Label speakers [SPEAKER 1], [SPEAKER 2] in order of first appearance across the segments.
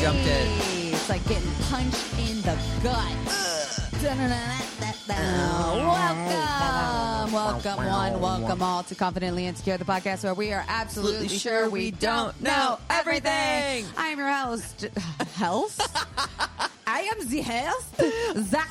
[SPEAKER 1] jumped it.
[SPEAKER 2] It's like getting punched in the gut. Dun-dun-dun-dun-dun. Welcome, welcome one, welcome all to Confidently Insecure, the podcast where we are absolutely
[SPEAKER 1] Absolutely
[SPEAKER 2] sure we don't know everything.
[SPEAKER 1] everything.
[SPEAKER 2] I am your host, health. I am the host, Zach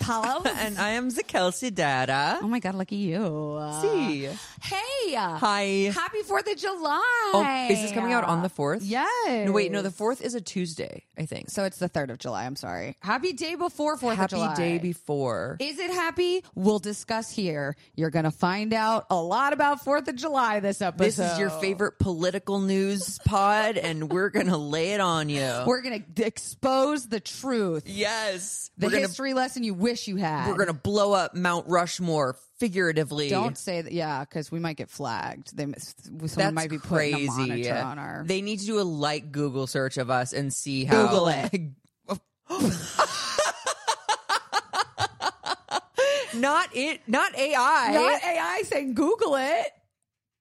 [SPEAKER 2] Palos.
[SPEAKER 1] And I am the Kelsey Dada.
[SPEAKER 2] Oh my god, lucky you.
[SPEAKER 1] See.
[SPEAKER 2] Hey.
[SPEAKER 1] Hi.
[SPEAKER 2] Happy 4th of July.
[SPEAKER 1] Oh, is this coming out on the 4th?
[SPEAKER 2] Yes.
[SPEAKER 1] No, wait, no, the 4th is a Tuesday, I think.
[SPEAKER 2] So it's the 3rd of July. I'm sorry. Happy day before 4th of
[SPEAKER 1] Happy
[SPEAKER 2] July.
[SPEAKER 1] day before.
[SPEAKER 2] Is it happy? We'll discuss here. You're going to find out a lot about 4th of July this episode.
[SPEAKER 1] This is your favorite political news pod, and we're going to lay it on you.
[SPEAKER 2] We're going to expose the truth.
[SPEAKER 1] yes.
[SPEAKER 2] The
[SPEAKER 1] we're going to
[SPEAKER 2] history lesson you wish you had.
[SPEAKER 1] we're going to blow up Mount Rushmore figuratively.
[SPEAKER 2] Don't say that. Yeah, because we might get flagged. They, someone
[SPEAKER 1] That's
[SPEAKER 2] might be putting
[SPEAKER 1] crazy.
[SPEAKER 2] a monitor on our.
[SPEAKER 1] They need to do a light Google search of us and see how
[SPEAKER 2] Google it.
[SPEAKER 1] not it not AI.
[SPEAKER 2] not AI saying Google it.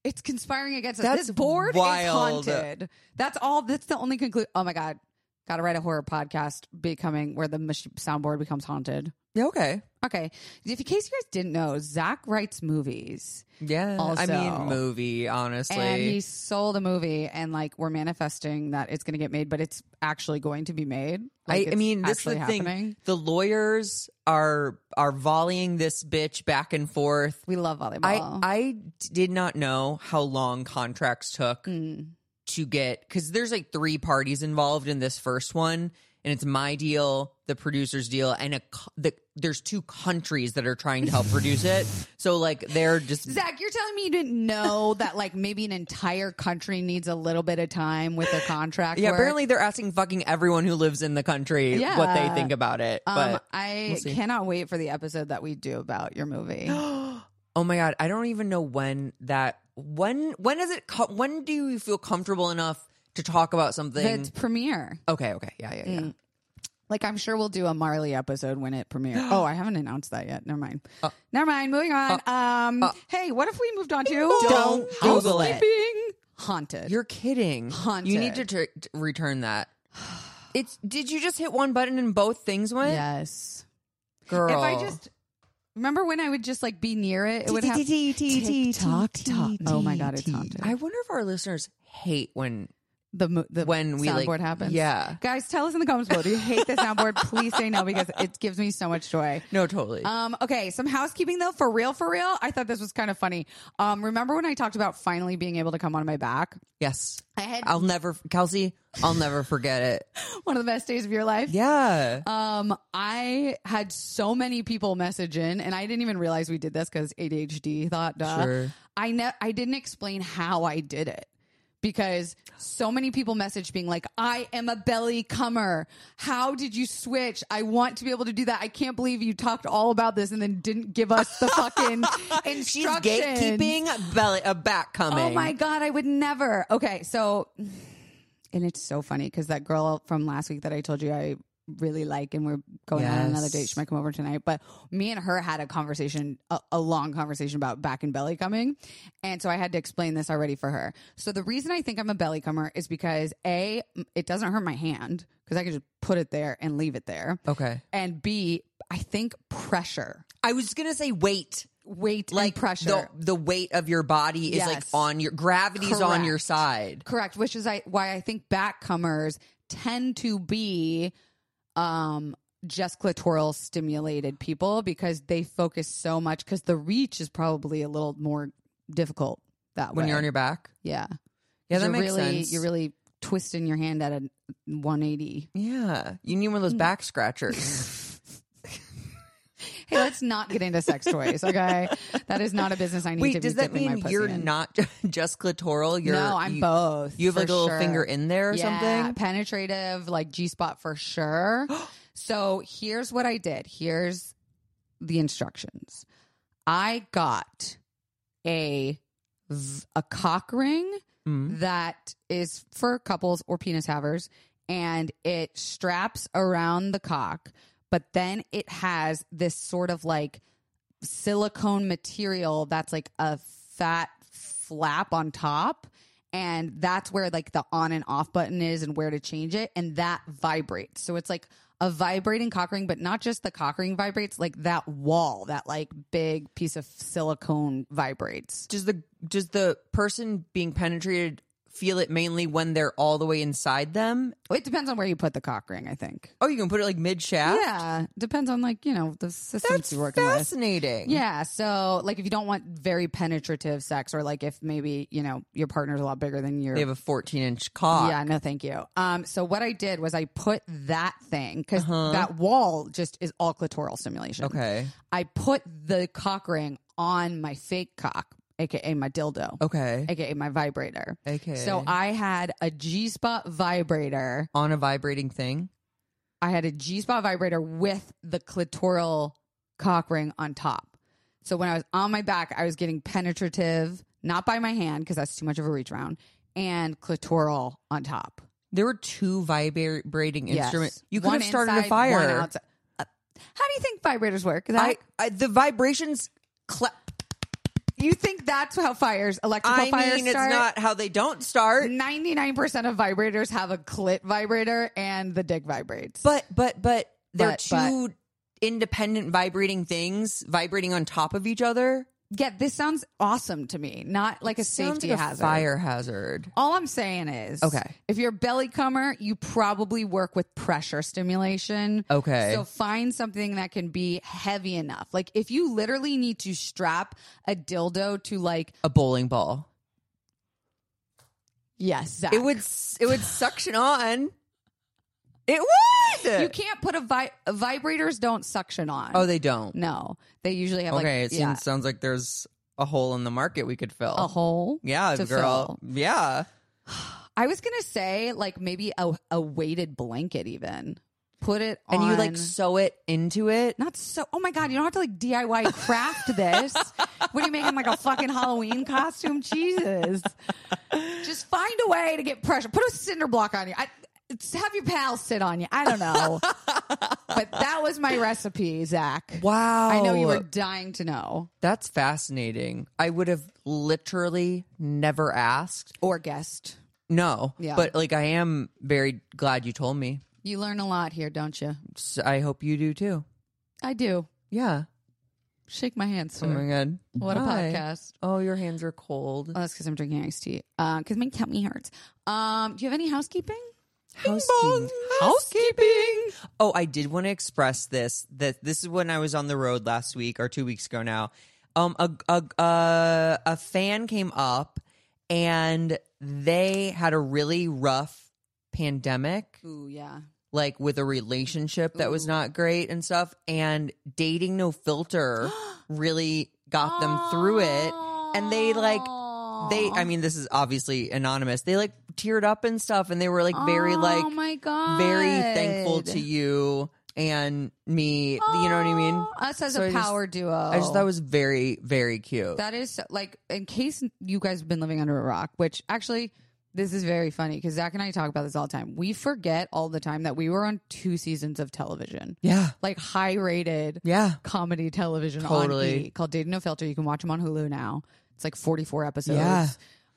[SPEAKER 2] It's conspiring against us.
[SPEAKER 1] That's
[SPEAKER 2] this board
[SPEAKER 1] wild.
[SPEAKER 2] is haunted. That's all. That's the only conclusion. Oh my god, got to write a horror podcast becoming where the mach- soundboard becomes haunted.
[SPEAKER 1] Yeah, okay.
[SPEAKER 2] Okay, if in case you guys didn't know, Zach writes movies,
[SPEAKER 1] Yeah. I
[SPEAKER 2] Also-
[SPEAKER 1] mean movie,
[SPEAKER 2] and he
[SPEAKER 1] honestly.
[SPEAKER 2] sold a movie, and like we're manifesting that it's going to get made, but it's actually going to be made.
[SPEAKER 1] I,
[SPEAKER 2] Like,
[SPEAKER 1] I
[SPEAKER 2] it's
[SPEAKER 1] mean this is the
[SPEAKER 2] actually
[SPEAKER 1] thing.
[SPEAKER 2] happening.
[SPEAKER 1] The lawyers are are volleying this bitch back and forth.
[SPEAKER 2] We love volleyball.
[SPEAKER 1] I I did not know how long contracts took
[SPEAKER 2] Mm.
[SPEAKER 1] to get because there's like three parties involved in this first one, and it's my deal, the producer's deal, and a co- the, there's two countries that are trying to help produce it. So like they're just
[SPEAKER 2] Zach, you're telling me you didn't know that like maybe an entire country needs a little bit of time with a contract.
[SPEAKER 1] yeah.
[SPEAKER 2] work?
[SPEAKER 1] Apparently they're asking fucking everyone who lives in the country what they
[SPEAKER 2] Yeah.
[SPEAKER 1] think about it.
[SPEAKER 2] Um,
[SPEAKER 1] but
[SPEAKER 2] I
[SPEAKER 1] see.
[SPEAKER 2] cannot wait for the episode that we do about your movie.
[SPEAKER 1] oh my god, I don't even know when that when when is it co- when do you feel comfortable enough to talk about something?
[SPEAKER 2] Its premiere.
[SPEAKER 1] okay, okay, yeah, yeah, yeah.
[SPEAKER 2] Like I'm sure we'll do a Marley episode when it premieres. Oh, I haven't announced that yet. Never mind.
[SPEAKER 1] Uh,
[SPEAKER 2] Never mind. Moving on. um, hey, what if we moved on to
[SPEAKER 1] Don't Google it.
[SPEAKER 2] Housekeeping haunted?
[SPEAKER 1] You're kidding. You need to
[SPEAKER 2] Haunted.
[SPEAKER 1] tr- t- return that. It's did you just hit one button and both things went?
[SPEAKER 2] yes,
[SPEAKER 1] Girl.
[SPEAKER 2] If I just remember when I would just like be near it, it would have TikTok. talk. Oh my god, it's haunted.
[SPEAKER 1] I wonder if our listeners hate when
[SPEAKER 2] the mo- the
[SPEAKER 1] when we like
[SPEAKER 2] soundboard happens.
[SPEAKER 1] Yeah.
[SPEAKER 2] guys, tell us in the comments below. Do you hate the soundboard? Please say no because it gives me so much joy.
[SPEAKER 1] No, totally.
[SPEAKER 2] Um, okay, some housekeeping though, for real, for real. I thought this was kind of funny. Um, remember when I talked about finally being able to come on my back?
[SPEAKER 1] yes.
[SPEAKER 2] I had
[SPEAKER 1] I'll never Kelsey, I'll never forget it.
[SPEAKER 2] one of the best days of your life.
[SPEAKER 1] Yeah.
[SPEAKER 2] Um, I had so many people message in, and I didn't even realize we did this because ADHD thought, duh.
[SPEAKER 1] Sure.
[SPEAKER 2] I ne- I didn't explain how I did it because so many people messaged being like, "I am a belly comer. How did you switch? I want to be able to do that. I can't believe you talked all about this and then didn't give us the fucking instructions."
[SPEAKER 1] She's gatekeeping belly a back coming.
[SPEAKER 2] Oh my god, I would never. Okay, so and it's so funny because that girl from last week that I told you I really like, and we're going on another
[SPEAKER 1] Yes.
[SPEAKER 2] date. She might come over tonight, but me and her had a conversation, a, a long conversation about back and belly coming, and so I had to explain this already for her. So the reason I think I'm a belly comer is because a it doesn't hurt my hand because I can just put it there and leave it there,
[SPEAKER 1] Okay.
[SPEAKER 2] and b I think pressure,
[SPEAKER 1] I was gonna say weight.
[SPEAKER 2] weight,
[SPEAKER 1] Like
[SPEAKER 2] and pressure.
[SPEAKER 1] The, the weight of your body is like
[SPEAKER 2] Yes.
[SPEAKER 1] on your gravity's on your
[SPEAKER 2] Correct.
[SPEAKER 1] side.
[SPEAKER 2] Correct, which is I, why I think backcomers tend to be um, just clitoral stimulated people because they focus so much because the reach is probably a little more difficult that
[SPEAKER 1] When
[SPEAKER 2] way.
[SPEAKER 1] you're on your back.
[SPEAKER 2] yeah,
[SPEAKER 1] Yeah, that
[SPEAKER 2] you're
[SPEAKER 1] makes
[SPEAKER 2] really,
[SPEAKER 1] sense.
[SPEAKER 2] You're really twisting your hand at a 180.
[SPEAKER 1] Yeah, you need one of those back scratchers.
[SPEAKER 2] Hey, let's not get into sex toys, okay? that is not a business I need to
[SPEAKER 1] Wait,
[SPEAKER 2] be
[SPEAKER 1] does that
[SPEAKER 2] dipping my
[SPEAKER 1] mean
[SPEAKER 2] pussy
[SPEAKER 1] you're
[SPEAKER 2] in.
[SPEAKER 1] not just clitoral? You're,
[SPEAKER 2] no, I'm
[SPEAKER 1] you,
[SPEAKER 2] both.
[SPEAKER 1] You have
[SPEAKER 2] for
[SPEAKER 1] like a little
[SPEAKER 2] sure.
[SPEAKER 1] finger in there or something.
[SPEAKER 2] Penetrative, like G spot for sure. so here's what I did. Here's the instructions. I got a v- a cock ring
[SPEAKER 1] Mm.
[SPEAKER 2] that is for couples or penis havers, and it straps around the cock, but then it has this sort of like silicone material that's like a fat flap on top and that's where like the on and off button is and where to change it and that vibrates so it's like a vibrating cock ring but not just the cock ring vibrates like that wall that like big piece of silicone vibrates
[SPEAKER 1] Does the does the person being penetrated feel it mainly when they're all the way inside them?
[SPEAKER 2] it depends on where you put the cock ring i think
[SPEAKER 1] Oh, you can put it like mid shaft.
[SPEAKER 2] yeah depends on like you know the systems
[SPEAKER 1] that's
[SPEAKER 2] you're working with
[SPEAKER 1] fascinating.
[SPEAKER 2] Yeah. So, like, if you don't want very penetrative sex, or like if maybe you know your partner's a lot bigger than your
[SPEAKER 1] they have a 14 inch cock.
[SPEAKER 2] yeah, no, thank you. Um, so what I did was I put that thing because that wall just is all clitoral stimulation.
[SPEAKER 1] Uh-huh. Okay.
[SPEAKER 2] I put the cock ring on my fake cock, aka my dildo,
[SPEAKER 1] Okay. uh,
[SPEAKER 2] aka my vibrator.
[SPEAKER 1] Okay.
[SPEAKER 2] So I had a G spot vibrator.
[SPEAKER 1] on a vibrating thing.
[SPEAKER 2] I had a G spot vibrator with the clitoral cock ring on top. So when I was on my back, I was getting penetrative, not by my hand because that's too much of a reach round, and clitoral on top.
[SPEAKER 1] There were two vibrating instruments.
[SPEAKER 2] Yes.
[SPEAKER 1] You could
[SPEAKER 2] One
[SPEAKER 1] have started
[SPEAKER 2] inside,
[SPEAKER 1] a
[SPEAKER 2] one
[SPEAKER 1] fire.
[SPEAKER 2] outside. Uh, How do you think vibrators work? Is
[SPEAKER 1] I,
[SPEAKER 2] That,
[SPEAKER 1] I the vibrations clap.
[SPEAKER 2] you think that's how fires, electrical
[SPEAKER 1] I
[SPEAKER 2] fires
[SPEAKER 1] mean,
[SPEAKER 2] start?
[SPEAKER 1] it's not how they don't start.
[SPEAKER 2] 99% of vibrators have a clit vibrator and the dick vibrates.
[SPEAKER 1] But but but they're
[SPEAKER 2] But, but.
[SPEAKER 1] two independent vibrating things vibrating on top of each other.
[SPEAKER 2] yeah, this sounds awesome to me. Not like a
[SPEAKER 1] Sounds
[SPEAKER 2] safety
[SPEAKER 1] like a
[SPEAKER 2] hazard.
[SPEAKER 1] fire hazard.
[SPEAKER 2] All I'm saying is,
[SPEAKER 1] Okay.
[SPEAKER 2] if you're a belly cummer, you probably work with pressure stimulation.
[SPEAKER 1] Okay.
[SPEAKER 2] So find something that can be heavy enough. Like if you literally need to strap a dildo to like,
[SPEAKER 1] A bowling ball.
[SPEAKER 2] yes, Zach.
[SPEAKER 1] It would s- it would suction on. It would.
[SPEAKER 2] You can't put a vi- vibrators don't suction on.
[SPEAKER 1] oh, they don't.
[SPEAKER 2] no, they usually have
[SPEAKER 1] okay,
[SPEAKER 2] like
[SPEAKER 1] it
[SPEAKER 2] yeah,
[SPEAKER 1] seems, sounds like there's a hole in the market we could fill.
[SPEAKER 2] a hole.
[SPEAKER 1] Yeah,
[SPEAKER 2] to
[SPEAKER 1] girl. Yeah.
[SPEAKER 2] I was gonna say like maybe a, a weighted blanket even. Put it
[SPEAKER 1] And
[SPEAKER 2] on
[SPEAKER 1] you like sew it into it.
[SPEAKER 2] Not so. Oh my god! You don't have to like DIY craft this. what are you making like a fucking Halloween costume? Jesus! Just find a way to get pressure. Put a cinder block on you. I, it's- have your pal sit on you. I don't know. but that was my recipe, Zach.
[SPEAKER 1] Wow.
[SPEAKER 2] I know you were dying to know
[SPEAKER 1] That's fascinating. I would have literally never asked.
[SPEAKER 2] or guessed.
[SPEAKER 1] No.
[SPEAKER 2] Yeah.
[SPEAKER 1] But like, I am very glad you told me.
[SPEAKER 2] You learn a lot here, don't you?
[SPEAKER 1] So I hope you do too.
[SPEAKER 2] I do.
[SPEAKER 1] Yeah.
[SPEAKER 2] Shake my hand,
[SPEAKER 1] Oh
[SPEAKER 2] sir.
[SPEAKER 1] my God.
[SPEAKER 2] Mm. what a
[SPEAKER 1] Hi.
[SPEAKER 2] podcast.
[SPEAKER 1] Oh, your hands are cold.
[SPEAKER 2] Oh, that's because I'm drinking iced tea. Because my tummy hurts. Um, do you have any housekeeping?
[SPEAKER 1] Housekeeping. Housekeeping. Oh, I did want to express this. That this is when I was on the road last week or two weeks ago now. Um, a a a, a fan came up and they had a really rough pandemic,
[SPEAKER 2] Ooh, yeah.
[SPEAKER 1] like with a relationship that was not great and stuff. And dating no filter really got them through it. And they like they i mean this is obviously anonymous they like teared up and stuff and they were like very
[SPEAKER 2] oh
[SPEAKER 1] like
[SPEAKER 2] my god,
[SPEAKER 1] very thankful to you and me you know what i mean
[SPEAKER 2] Us as
[SPEAKER 1] So I
[SPEAKER 2] a
[SPEAKER 1] just-
[SPEAKER 2] power duo.
[SPEAKER 1] i just thought it was very very cute
[SPEAKER 2] Oh. that is so, like in case you guys have been living under a rock, which actually this is very funny because Zach and I talk about this all the time. We forget all the time that we were on two seasons of television,
[SPEAKER 1] yeah
[SPEAKER 2] like high rated
[SPEAKER 1] yeah
[SPEAKER 2] comedy television on
[SPEAKER 1] Totally.
[SPEAKER 2] E called Dating No Filter. You can watch them on Hulu now. It's like 44 episodes.
[SPEAKER 1] Yeah.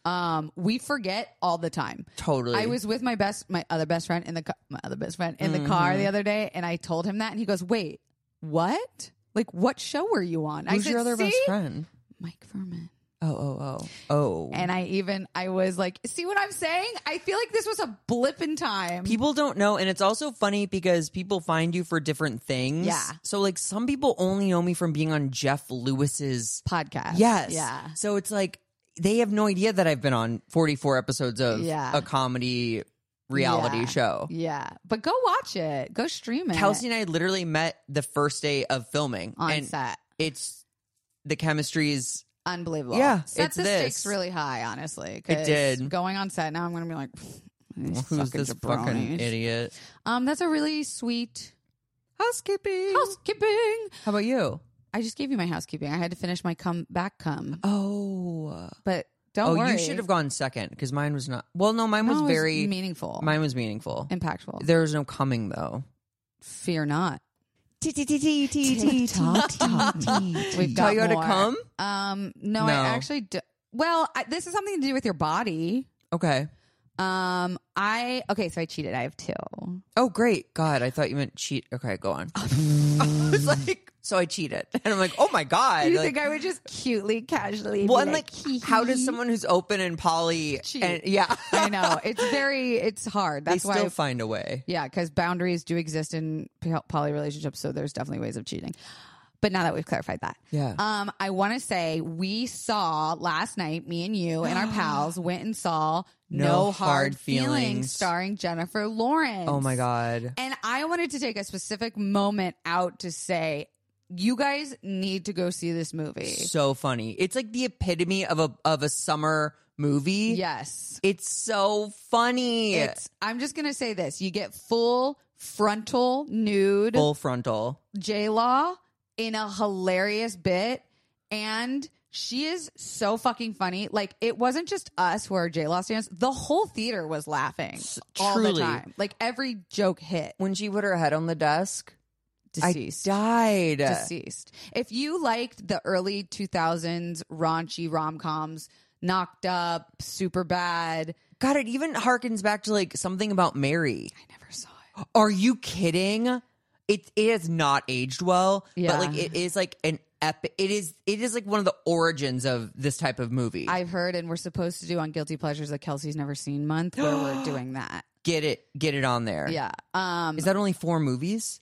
[SPEAKER 2] Um, we forget all the time.
[SPEAKER 1] totally
[SPEAKER 2] I was with my best, my other best friend in the ca- my other best friend in the car
[SPEAKER 1] Mm-hmm.
[SPEAKER 2] the other day, and I told him that, and he goes, "Wait, what? Like, what show were you on?" I
[SPEAKER 1] who's
[SPEAKER 2] said,
[SPEAKER 1] your other best
[SPEAKER 2] "See?
[SPEAKER 1] friend
[SPEAKER 2] Mike Furman.
[SPEAKER 1] oh oh oh oh
[SPEAKER 2] And I even I was like, "See what I'm saying? I feel like this was a blip in time."
[SPEAKER 1] People don't know, and it's also funny because people find you for different things.
[SPEAKER 2] Yeah.
[SPEAKER 1] So, like, some people only know me from being on Jeff Lewis's
[SPEAKER 2] podcast,
[SPEAKER 1] Yes.
[SPEAKER 2] yeah,
[SPEAKER 1] So it's like they have no idea that I've been on 44 episodes of
[SPEAKER 2] Yeah.
[SPEAKER 1] a comedy reality
[SPEAKER 2] Yeah.
[SPEAKER 1] show.
[SPEAKER 2] yeah. But go watch it. Go stream it.
[SPEAKER 1] Kelsey and I literally met the first day of filming.
[SPEAKER 2] on
[SPEAKER 1] and
[SPEAKER 2] set,
[SPEAKER 1] it's the chemistry is
[SPEAKER 2] unbelievable.
[SPEAKER 1] Yeah,
[SPEAKER 2] set
[SPEAKER 1] it's
[SPEAKER 2] the
[SPEAKER 1] this.
[SPEAKER 2] stakes really high. Honestly, 'cause
[SPEAKER 1] did.
[SPEAKER 2] Going on set now, I'm going to be like, "These
[SPEAKER 1] who's
[SPEAKER 2] fucking
[SPEAKER 1] this fucking
[SPEAKER 2] jabronis."
[SPEAKER 1] idiot?
[SPEAKER 2] Um, that's a really sweet
[SPEAKER 1] Housekeeping.
[SPEAKER 2] housekeeping.
[SPEAKER 1] How about you?
[SPEAKER 2] I just gave you my housekeeping. I had to finish my come back come,
[SPEAKER 1] Oh.
[SPEAKER 2] but don't
[SPEAKER 1] Oh,
[SPEAKER 2] worry.
[SPEAKER 1] you should have gone second because mine was not. Well, no, mine
[SPEAKER 2] Mine
[SPEAKER 1] was very.
[SPEAKER 2] meaningful,
[SPEAKER 1] mine was meaningful.
[SPEAKER 2] impactful.
[SPEAKER 1] there was no coming though.
[SPEAKER 2] Fear not. We've got
[SPEAKER 1] Tell you how to
[SPEAKER 2] more.
[SPEAKER 1] come?
[SPEAKER 2] Um, no,
[SPEAKER 1] No.
[SPEAKER 2] I actually. Do- well, I, this is something to do with your body.
[SPEAKER 1] Okay.
[SPEAKER 2] Um, I okay, so I cheated. I have two.
[SPEAKER 1] Oh, great. God, I thought you meant cheat. Okay, go on. I was like, so I cheated. And I'm like, oh my God.
[SPEAKER 2] you
[SPEAKER 1] Like,
[SPEAKER 2] think I would just cutely, casually? be
[SPEAKER 1] well, and
[SPEAKER 2] like,
[SPEAKER 1] like, how
[SPEAKER 2] "Hee
[SPEAKER 1] does
[SPEAKER 2] hee."
[SPEAKER 1] someone who's open and poly
[SPEAKER 2] Cheat.
[SPEAKER 1] and yeah,
[SPEAKER 2] I know it's very, it's hard.
[SPEAKER 1] they
[SPEAKER 2] That's why,
[SPEAKER 1] still find a way.
[SPEAKER 2] yeah, because boundaries do exist in p- poly relationships, so there's definitely ways of cheating. But now that we've clarified that,
[SPEAKER 1] Yeah.
[SPEAKER 2] Um, I want to say we saw last night, me and you and our pals went and saw No, Hard, Feelings.
[SPEAKER 1] Feelings.
[SPEAKER 2] starring Jennifer Lawrence.
[SPEAKER 1] Oh my God.
[SPEAKER 2] And I wanted to take a specific moment out to say, you guys need to go see this movie.
[SPEAKER 1] So funny. It's like the epitome of a of a summer movie.
[SPEAKER 2] Yes.
[SPEAKER 1] It's so funny.
[SPEAKER 2] It's, I'm just going to say this you get full frontal nude
[SPEAKER 1] full frontal.
[SPEAKER 2] J Law in a hilarious bit. And she is so fucking funny. Like, it wasn't just us who are J Law fans, the whole theater was laughing all the
[SPEAKER 1] truly.
[SPEAKER 2] time. Like, every joke hit.
[SPEAKER 1] When she put her head on the desk,
[SPEAKER 2] Deceased.
[SPEAKER 1] I died.
[SPEAKER 2] deceased. If you liked the early 2000s raunchy rom coms, Knocked Up, Super Bad,
[SPEAKER 1] God, it even harkens back to like something about Mary.
[SPEAKER 2] I never saw it.
[SPEAKER 1] Are you kidding? It it has not aged well,
[SPEAKER 2] Yeah.
[SPEAKER 1] but like it is like an epic. It is it is like one of the origins of this type of movie.
[SPEAKER 2] I've heard, and we're supposed to do on Guilty Pleasures that Kelsey's Never Seen Month, where we're doing that.
[SPEAKER 1] get it, get it on there.
[SPEAKER 2] Yeah. Um,
[SPEAKER 1] is that only four movies?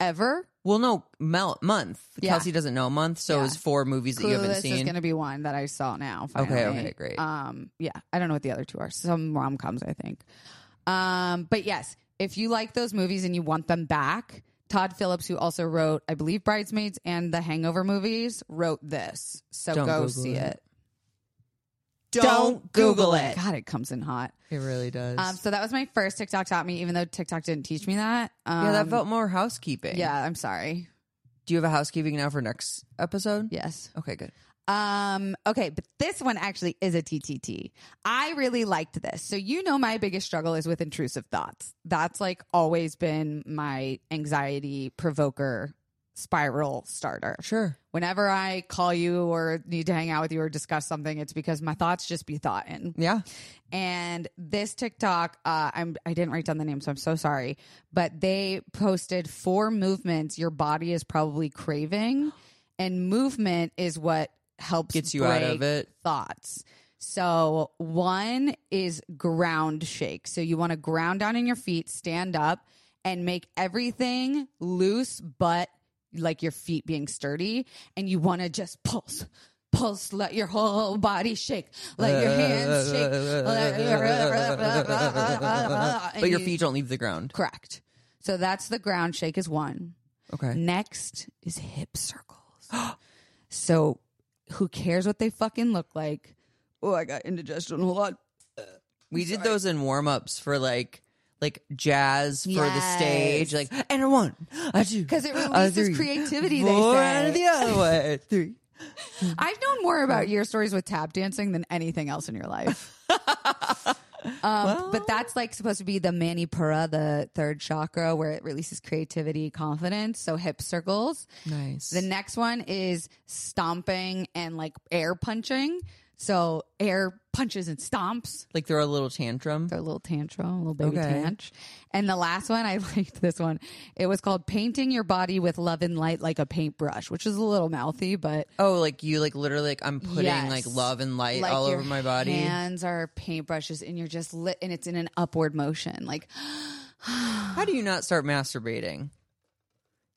[SPEAKER 2] ever?
[SPEAKER 1] Well, no, mel- month.
[SPEAKER 2] Yeah.
[SPEAKER 1] Kelsey doesn't know a month, so
[SPEAKER 2] Yeah.
[SPEAKER 1] it's four movies that you haven't
[SPEAKER 2] Clueless is
[SPEAKER 1] seen.
[SPEAKER 2] going to be one that I saw now.
[SPEAKER 1] Okay,
[SPEAKER 2] Finally.
[SPEAKER 1] okay, great.
[SPEAKER 2] Um, yeah, I don't know what the other two are. Some rom coms, I think. Um, but yes, if you like those movies and you want them back, Todd Phillips, who also wrote, I believe, Bridesmaids and the Hangover movies, wrote this. So
[SPEAKER 1] Don't
[SPEAKER 2] go
[SPEAKER 1] Google
[SPEAKER 2] see
[SPEAKER 1] it.
[SPEAKER 2] it.
[SPEAKER 1] Don't Google it.
[SPEAKER 2] God, it comes in hot.
[SPEAKER 1] It really does.
[SPEAKER 2] Um, so that was my first TikTok taught me, even though TikTok didn't teach me that. Um,
[SPEAKER 1] yeah, that felt more housekeeping.
[SPEAKER 2] Yeah, I'm sorry.
[SPEAKER 1] Do you have a housekeeping now for next episode?
[SPEAKER 2] Yes.
[SPEAKER 1] Okay, good.
[SPEAKER 2] Um, okay, but this one actually is a TTT. I really liked this. So, you know, my biggest struggle is with intrusive thoughts. That's like always been my anxiety provoker spiral starter.
[SPEAKER 1] Sure.
[SPEAKER 2] Whenever I call you or need to hang out with you or discuss something, it's because my thoughts just be thought in.
[SPEAKER 1] Yeah.
[SPEAKER 2] And this TikTok, uh, I'm I didn't write down the name, so I'm so sorry. But they posted four movements your body is probably craving, and movement is what helps
[SPEAKER 1] Gets you out of
[SPEAKER 2] break
[SPEAKER 1] it.
[SPEAKER 2] thoughts. So one is ground shake. So you want to ground down in your feet, stand up, and make everything loose, but like your feet being sturdy, and you want to just pulse. Pulse, let your whole body shake, let your hands shake, let your-
[SPEAKER 1] but your
[SPEAKER 2] and you-
[SPEAKER 1] feet don't leave the ground.
[SPEAKER 2] Correct. So that's the ground shake is one.
[SPEAKER 1] Okay.
[SPEAKER 2] Next is hip circles. so who cares what they fucking look like? Oh, I got indigestion. Hold on.
[SPEAKER 1] We did those in warm ups for like like jazz for the
[SPEAKER 2] Yes.
[SPEAKER 1] stage, like and a one, a two,
[SPEAKER 2] Because it
[SPEAKER 1] a
[SPEAKER 2] releases
[SPEAKER 1] three,
[SPEAKER 2] creativity, they
[SPEAKER 1] four,
[SPEAKER 2] say.
[SPEAKER 1] and the other way, three.
[SPEAKER 2] I've known more about your stories with tap dancing than anything else in your life. Um, but that's like supposed to be the mani pura, the third chakra, where it releases creativity, confidence. So hip circles.
[SPEAKER 1] Nice.
[SPEAKER 2] The next one is stomping and like air punching. So air punches and stomps.
[SPEAKER 1] like throw a little tantrum.
[SPEAKER 2] Their little tantrum, a little baby
[SPEAKER 1] Okay.
[SPEAKER 2] tanch. And the last one, I liked this one. It was called Painting Your Body with Love and Light Like a Paintbrush, which is a little mouthy, but
[SPEAKER 1] Oh, like you like literally like I'm putting
[SPEAKER 2] Yes.
[SPEAKER 1] like love and light all
[SPEAKER 2] your
[SPEAKER 1] over my body.
[SPEAKER 2] Hands are paintbrushes and you're just lit and it's in an upward motion. Like
[SPEAKER 1] How do you not start masturbating?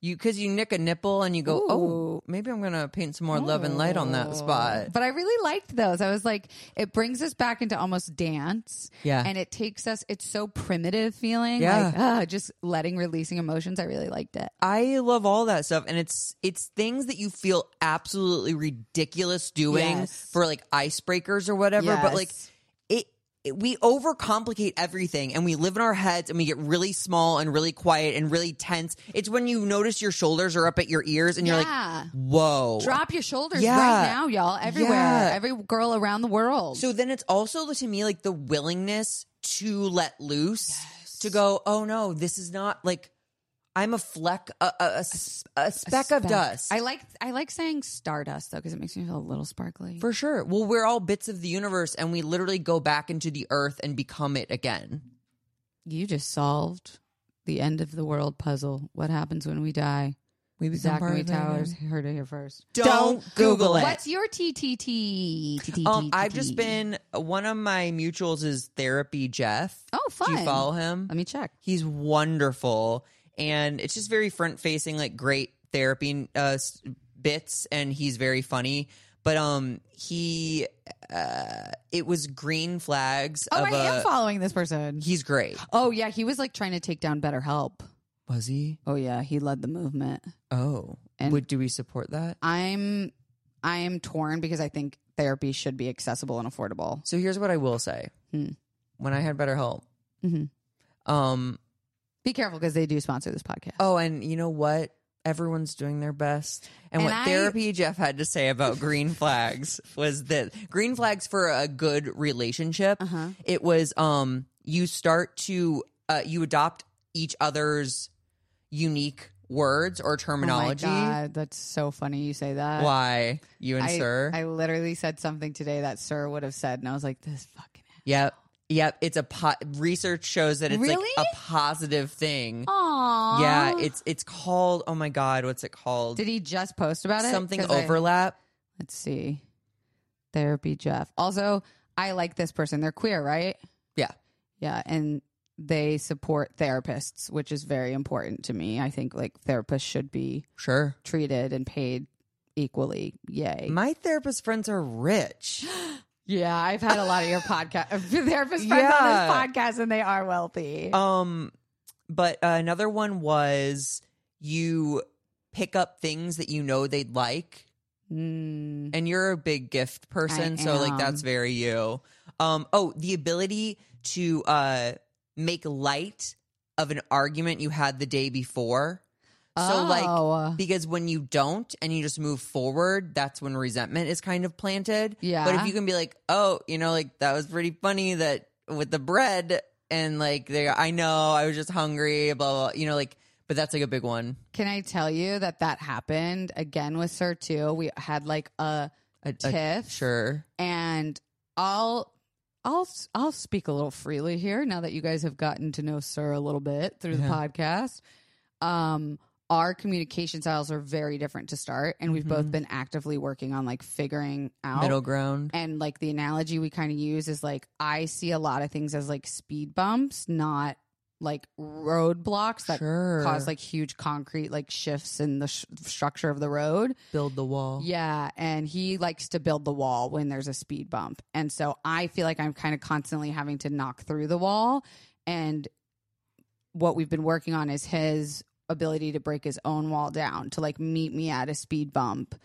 [SPEAKER 1] You because you nick a nipple and you go, oh, maybe I'm gonna paint some more love and light on
[SPEAKER 2] Oh.
[SPEAKER 1] that spot.
[SPEAKER 2] But I really liked those. I was like, it brings us back into almost dance.
[SPEAKER 1] Yeah.
[SPEAKER 2] And it takes us, it's so primitive feeling.
[SPEAKER 1] Yeah.
[SPEAKER 2] Like, ah, just letting, releasing emotions. I really liked it.
[SPEAKER 1] I love all that stuff, and it's it's things that you feel absolutely ridiculous doing
[SPEAKER 2] Yes.
[SPEAKER 1] for like icebreakers or whatever. But like
[SPEAKER 2] Yes.
[SPEAKER 1] it, it, we overcomplicate everything, and we live in our heads, and we get really small and really quiet and really tense. It's when you notice your shoulders are up at your ears, and you're
[SPEAKER 2] Yeah.
[SPEAKER 1] like, "Whoa!"
[SPEAKER 2] Drop your shoulders
[SPEAKER 1] Yeah.
[SPEAKER 2] right now, y'all. Everywhere.
[SPEAKER 1] Yeah.
[SPEAKER 2] Every girl around the world.
[SPEAKER 1] So then it's also to me like the willingness to let loose to go, oh no, this is not like I'm a fleck, a, a, a s- a speck of dust.
[SPEAKER 2] I like I like saying stardust though because it makes me feel a little sparkly.
[SPEAKER 1] for sure. Well, we're all bits of the universe and we literally go back into the earth and become it again.
[SPEAKER 2] you just solved the end of the world puzzle. What happens when we die?
[SPEAKER 1] We become part
[SPEAKER 2] Zachary
[SPEAKER 1] of it
[SPEAKER 2] Towers
[SPEAKER 1] again.
[SPEAKER 2] heard it here first.
[SPEAKER 1] Don't Google it.
[SPEAKER 2] What's your TTT?
[SPEAKER 1] Um, I've just been one of my mutuals is therapy Jeff.
[SPEAKER 2] Oh,
[SPEAKER 1] Do you
[SPEAKER 2] fun.
[SPEAKER 1] follow him?
[SPEAKER 2] Let me check.
[SPEAKER 1] He's wonderful, and it's just very front facing, like great therapy uh, s- bits, and he's very funny. But um, he uh, it was green flags.
[SPEAKER 2] Oh,
[SPEAKER 1] of
[SPEAKER 2] I am
[SPEAKER 1] a-
[SPEAKER 2] following this person.
[SPEAKER 1] He's great.
[SPEAKER 2] Oh yeah, he was like trying to take down BetterHelp.
[SPEAKER 1] Was he?
[SPEAKER 2] Oh yeah, he led the movement.
[SPEAKER 1] Oh,
[SPEAKER 2] And-
[SPEAKER 1] would do we support that?
[SPEAKER 2] I'm I'm torn because I think therapy should be accessible and affordable.
[SPEAKER 1] So here's what I will say:
[SPEAKER 2] Hmm.
[SPEAKER 1] when I had BetterHelp,
[SPEAKER 2] Mhm.
[SPEAKER 1] um,
[SPEAKER 2] Be careful because they do sponsor this podcast.
[SPEAKER 1] Oh, and you know what? Everyone's doing their best. And,
[SPEAKER 2] And
[SPEAKER 1] what
[SPEAKER 2] I-
[SPEAKER 1] therapy Jeff had to say about green flags was that green flags for a good relationship,
[SPEAKER 2] Uh-huh.
[SPEAKER 1] it was um you start to uh, you adopt each other's unique words or terminology.
[SPEAKER 2] Oh my God, that's so funny you say that.
[SPEAKER 1] Why you and
[SPEAKER 2] I,
[SPEAKER 1] sir?
[SPEAKER 2] I literally said something today that sir would have said, and I was like, this fucking.
[SPEAKER 1] yep. Yep, it's a po- research shows that it's
[SPEAKER 2] Really?
[SPEAKER 1] like a positive thing.
[SPEAKER 2] Aww.
[SPEAKER 1] Yeah, it's it's called oh my god, what's it called?
[SPEAKER 2] Did he just post about it?
[SPEAKER 1] Something
[SPEAKER 2] 'Cause I-
[SPEAKER 1] overlap.
[SPEAKER 2] let's see. Therapy Jeff. Also, I like this person. They're queer, right?
[SPEAKER 1] Yeah.
[SPEAKER 2] Yeah, and they support therapists, which is very important to me. I think like therapists should be
[SPEAKER 1] Sure.
[SPEAKER 2] treated and paid equally. Yay.
[SPEAKER 1] My therapist friends are rich.
[SPEAKER 2] yeah, I've had a lot of your podcast therapist friends
[SPEAKER 1] Yeah.
[SPEAKER 2] on this podcast, and they are wealthy.
[SPEAKER 1] Um, but uh, another one was you pick up things that you know they'd like,
[SPEAKER 2] Mm.
[SPEAKER 1] and you're a big gift person,
[SPEAKER 2] I
[SPEAKER 1] so like that's
[SPEAKER 2] am.
[SPEAKER 1] very you. Um, oh, the ability to uh make light of an argument you had the day before. So like
[SPEAKER 2] Oh.
[SPEAKER 1] because when you don't and you just move forward, that's when resentment is kind of planted.
[SPEAKER 2] yeah.
[SPEAKER 1] But if you can be like, oh, you know, like that was pretty funny that with the bread and like they, I know I was just hungry, blah, blah, you know, like, but that's like a big one.
[SPEAKER 2] Can I tell you that that happened again with Sir too? We had like a
[SPEAKER 1] A, a-
[SPEAKER 2] tiff,
[SPEAKER 1] sure.
[SPEAKER 2] and I'll I'll I'll speak a little freely here now that you guys have gotten to know Sir a little bit through the
[SPEAKER 1] Yeah.
[SPEAKER 2] podcast. Um, our communication styles are very different to start, and we've both
[SPEAKER 1] Mhm.
[SPEAKER 2] been actively working on like figuring out
[SPEAKER 1] Middle ground.
[SPEAKER 2] and like the analogy we kind of use is like I see a lot of things as like speed bumps, not like roadblocks that
[SPEAKER 1] sure.
[SPEAKER 2] cause like huge concrete like shifts in the sh- structure of the road.
[SPEAKER 1] build the wall.
[SPEAKER 2] Yeah, and he likes to build the wall when there's a speed bump. And so I feel like I'm kind of constantly having to knock through the wall and what we've been working on is his ability to break his own wall down to like meet me at a speed bump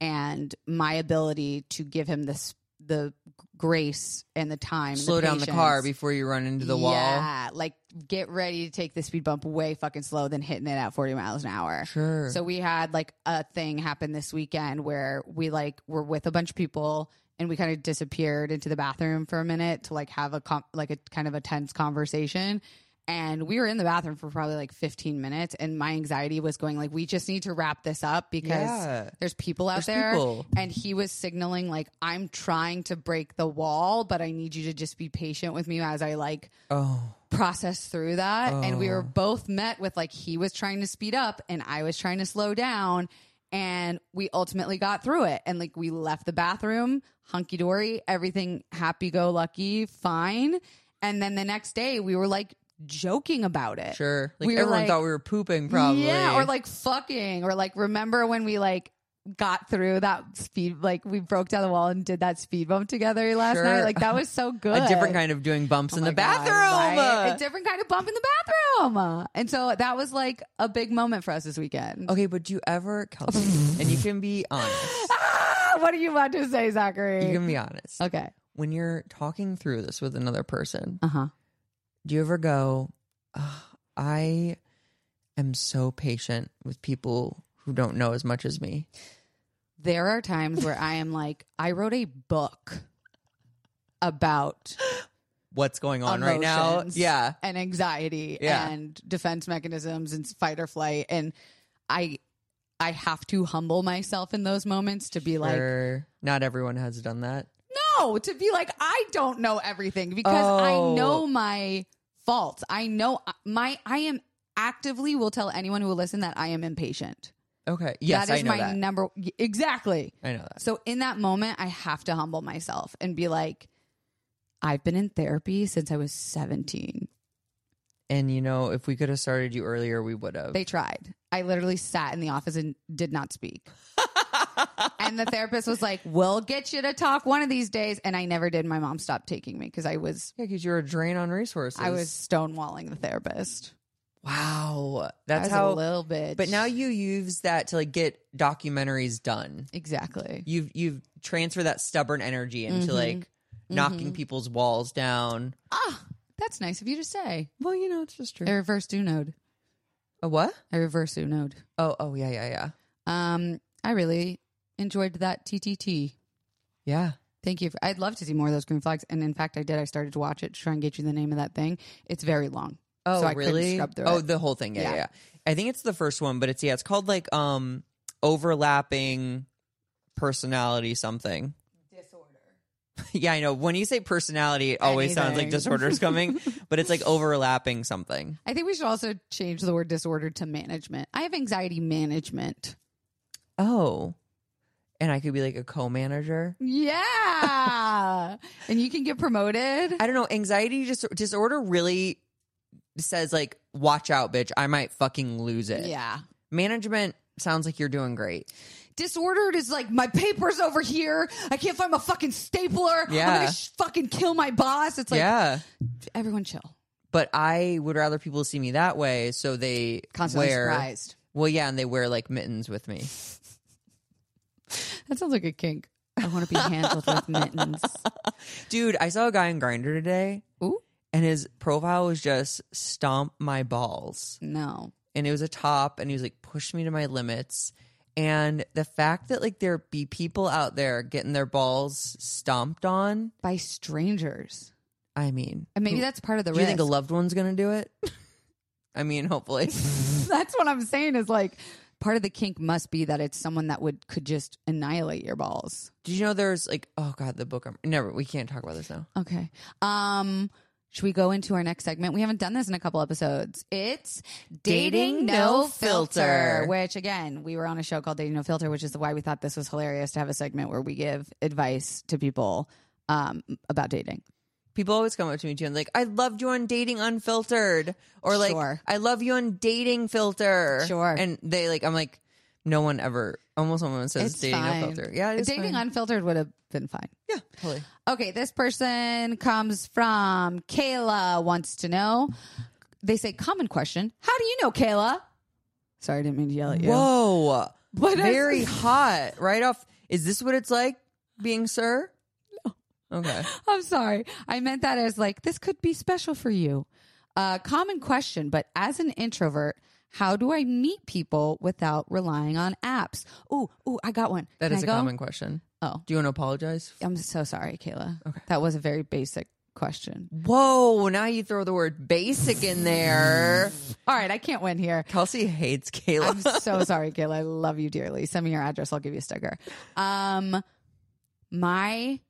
[SPEAKER 2] and my ability to give him this the grace and the time and
[SPEAKER 1] Slow down the car
[SPEAKER 2] patience.
[SPEAKER 1] before you run into the wall.
[SPEAKER 2] Yeah, like get ready to take the speed bump way fucking slow than hitting it at 40 miles an hour.
[SPEAKER 1] Sure.
[SPEAKER 2] So we had like a thing happen this weekend where we like were with a bunch of people and we kind of disappeared into the bathroom for a minute to like have a com- like a kind of a tense conversation. And we were in the bathroom for probably like 15 minutes and my anxiety was going like we just need to wrap this up because
[SPEAKER 1] Yeah.
[SPEAKER 2] there's people
[SPEAKER 1] There's
[SPEAKER 2] out there
[SPEAKER 1] people.
[SPEAKER 2] and he was signaling like I'm trying to break the wall but I need you to just be patient with me as I like
[SPEAKER 1] Oh,
[SPEAKER 2] process through that and we were
[SPEAKER 1] Oh.
[SPEAKER 2] both met with like he was trying to speed up and I was trying to slow down and we ultimately got through it and like we left the bathroom hunky dory everything happy go lucky fine and then the next day we were like joking about it
[SPEAKER 1] sure. Like
[SPEAKER 2] We were
[SPEAKER 1] everyone
[SPEAKER 2] like-
[SPEAKER 1] thought we were pooping probably.
[SPEAKER 2] yeah or like fucking or like remember when we like got through that speed like we broke down the wall and did that speed bump together last
[SPEAKER 1] Sure.
[SPEAKER 2] night like that was so good
[SPEAKER 1] a different kind of doing bumps in
[SPEAKER 2] Oh
[SPEAKER 1] the
[SPEAKER 2] my God,
[SPEAKER 1] bathroom.
[SPEAKER 2] right? A different kind of bump in the bathroom. And so that was like a big moment for us this weekend.
[SPEAKER 1] okay, but do you ever, Kelsey, and you can be honest.
[SPEAKER 2] Ah, what are you about to say, Zachary?
[SPEAKER 1] You can be honest.
[SPEAKER 2] okay.
[SPEAKER 1] When you're talking through this with another person,
[SPEAKER 2] Uh huh.
[SPEAKER 1] Do you ever go, "Ugh, I am so patient with people who don't know as much as me?
[SPEAKER 2] There are times where I am like, I wrote a book about
[SPEAKER 1] what's going on right now.
[SPEAKER 2] emotions
[SPEAKER 1] Yeah.
[SPEAKER 2] and anxiety
[SPEAKER 1] Yeah.
[SPEAKER 2] and defense mechanisms and fight or flight and i i have to humble myself in those moments to be like
[SPEAKER 1] Sure. not everyone has done that.
[SPEAKER 2] no to be like i don't know everything because
[SPEAKER 1] Oh.
[SPEAKER 2] i know my faults i know uh, my i am actively will tell anyone who will listen that i am impatient
[SPEAKER 1] Okay. Yes,
[SPEAKER 2] that
[SPEAKER 1] I
[SPEAKER 2] is
[SPEAKER 1] know
[SPEAKER 2] my
[SPEAKER 1] that.
[SPEAKER 2] number exactly
[SPEAKER 1] I know that.
[SPEAKER 2] so in that moment, I have to humble myself and be like, I've been in therapy since I was 17.
[SPEAKER 1] And you know, if we could have started you earlier, we would have.
[SPEAKER 2] They tried. I literally sat in the office and did not speak. and the therapist was like, We'll get you to talk one of these days. And I never did. My mom stopped taking me because I was
[SPEAKER 1] Yeah, because you're a drain on resources.
[SPEAKER 2] I was stonewalling the therapist.
[SPEAKER 1] Wow.
[SPEAKER 2] I
[SPEAKER 1] That's
[SPEAKER 2] was
[SPEAKER 1] how
[SPEAKER 2] a little bit.
[SPEAKER 1] But now you use that to like get documentaries done.
[SPEAKER 2] Exactly.
[SPEAKER 1] You've you've transferred that stubborn energy into
[SPEAKER 2] Mhm.
[SPEAKER 1] like
[SPEAKER 2] Mm-hmm.
[SPEAKER 1] knocking people's walls down.
[SPEAKER 2] Ah, that's nice of you to say.
[SPEAKER 1] Well, you know, it's just true.
[SPEAKER 2] I reverse node.
[SPEAKER 1] A what?
[SPEAKER 2] I reverse node.
[SPEAKER 1] Oh, oh yeah, yeah, yeah.
[SPEAKER 2] Um, I really enjoyed that TTT.
[SPEAKER 1] Yeah.
[SPEAKER 2] Thank you. For, I'd love to see more of those green flags. And in fact, I did. I started to watch it to try and get you the name of that thing. It's very long.
[SPEAKER 1] Oh,
[SPEAKER 2] So I couldn't
[SPEAKER 1] really?
[SPEAKER 2] scrub through
[SPEAKER 1] oh,
[SPEAKER 2] it.
[SPEAKER 1] the whole thing. Yeah, yeah,
[SPEAKER 2] Yeah.
[SPEAKER 1] yeah. I think it's the first one, but it's yeah, it's called like um overlapping personality something.
[SPEAKER 2] Disorder.
[SPEAKER 1] yeah, I know. When you say personality, it always sounds like
[SPEAKER 2] Anything.
[SPEAKER 1] disorder's coming, but it's like overlapping something.
[SPEAKER 2] I think we should also change the word disorder to management. I have anxiety management.
[SPEAKER 1] Oh. And I could be like a co-manager.
[SPEAKER 2] Yeah. and you can get promoted.
[SPEAKER 1] I don't know. Anxiety dis- disorder really says like, watch out, bitch. I might fucking lose it.
[SPEAKER 2] yeah.
[SPEAKER 1] Management sounds like you're doing great.
[SPEAKER 2] Disordered is like my papers over here. I can't find my fucking stapler. I'm
[SPEAKER 1] Yeah.
[SPEAKER 2] gonna sh- fucking kill my boss. It's like
[SPEAKER 1] yeah.
[SPEAKER 2] everyone chill.
[SPEAKER 1] But I would rather people see me that way, so they
[SPEAKER 2] Constantly
[SPEAKER 1] wear.
[SPEAKER 2] surprised.
[SPEAKER 1] Well, yeah, and they wear like mittens with me.
[SPEAKER 2] That sounds like a kink. I want to be handled with mittens.
[SPEAKER 1] Dude, I saw a guy on Grinder today,
[SPEAKER 2] Ooh.
[SPEAKER 1] and his profile was just stomp my balls,
[SPEAKER 2] No.
[SPEAKER 1] and it was a top, and he was like, push me to my limits. And the fact that like there be people out there getting their balls stomped on,
[SPEAKER 2] by strangers.
[SPEAKER 1] I mean,
[SPEAKER 2] And maybe that's part of the
[SPEAKER 1] Do Hmm. you
[SPEAKER 2] risk.
[SPEAKER 1] think a loved one's gonna do it? I mean, hopefully.
[SPEAKER 2] that's what I'm saying is like part of the kink must be that it's someone that would could just annihilate your balls.
[SPEAKER 1] Did you know there's like, oh god, the book. I'm never. We can't talk about this now.
[SPEAKER 2] Okay. Um should we go into our next segment? We haven't done this in a couple episodes. It's
[SPEAKER 1] Dating No Filter.
[SPEAKER 2] which again, we were on a show called Dating No Filter, which is why we thought this was hilarious to have a segment where we give advice to people um, about dating.
[SPEAKER 1] People always come up to me too and like, I loved you on Dating Unfiltered, or like,
[SPEAKER 2] Sure.
[SPEAKER 1] I love you on Dating Filter.
[SPEAKER 2] Sure.
[SPEAKER 1] And they like, I'm like, no one ever. Almost no one says
[SPEAKER 2] It's
[SPEAKER 1] Dating
[SPEAKER 2] fine.
[SPEAKER 1] Unfiltered. Yeah, it is
[SPEAKER 2] Dating
[SPEAKER 1] fine.
[SPEAKER 2] unfiltered would have been fine.
[SPEAKER 1] Yeah, totally.
[SPEAKER 2] Okay, this person comes from Kayla wants to know. They say common question. How do you know Kayla? Sorry, I didn't mean to yell at you.
[SPEAKER 1] Whoa,
[SPEAKER 2] But I-
[SPEAKER 1] very hot. Right off. Is this what it's like being sir? No. Okay.
[SPEAKER 2] I'm sorry. I meant that as like this could be special for you. Uh, common question, but as an introvert, how do I meet people without relying on apps? Ooh, ooh, I got one.
[SPEAKER 1] That
[SPEAKER 2] Can
[SPEAKER 1] is a
[SPEAKER 2] I go?
[SPEAKER 1] common question.
[SPEAKER 2] Oh.
[SPEAKER 1] Do you want to apologize?
[SPEAKER 2] I'm so sorry, Kayla.
[SPEAKER 1] Okay.
[SPEAKER 2] That was a very basic question.
[SPEAKER 1] Whoa, now you throw the word basic in there.
[SPEAKER 2] All right, I can't win here.
[SPEAKER 1] Kelsey hates
[SPEAKER 2] I'm
[SPEAKER 1] Caleb.
[SPEAKER 2] so sorry, Kayla. I love you dearly. Send me your address. I'll give you a sticker. Um, my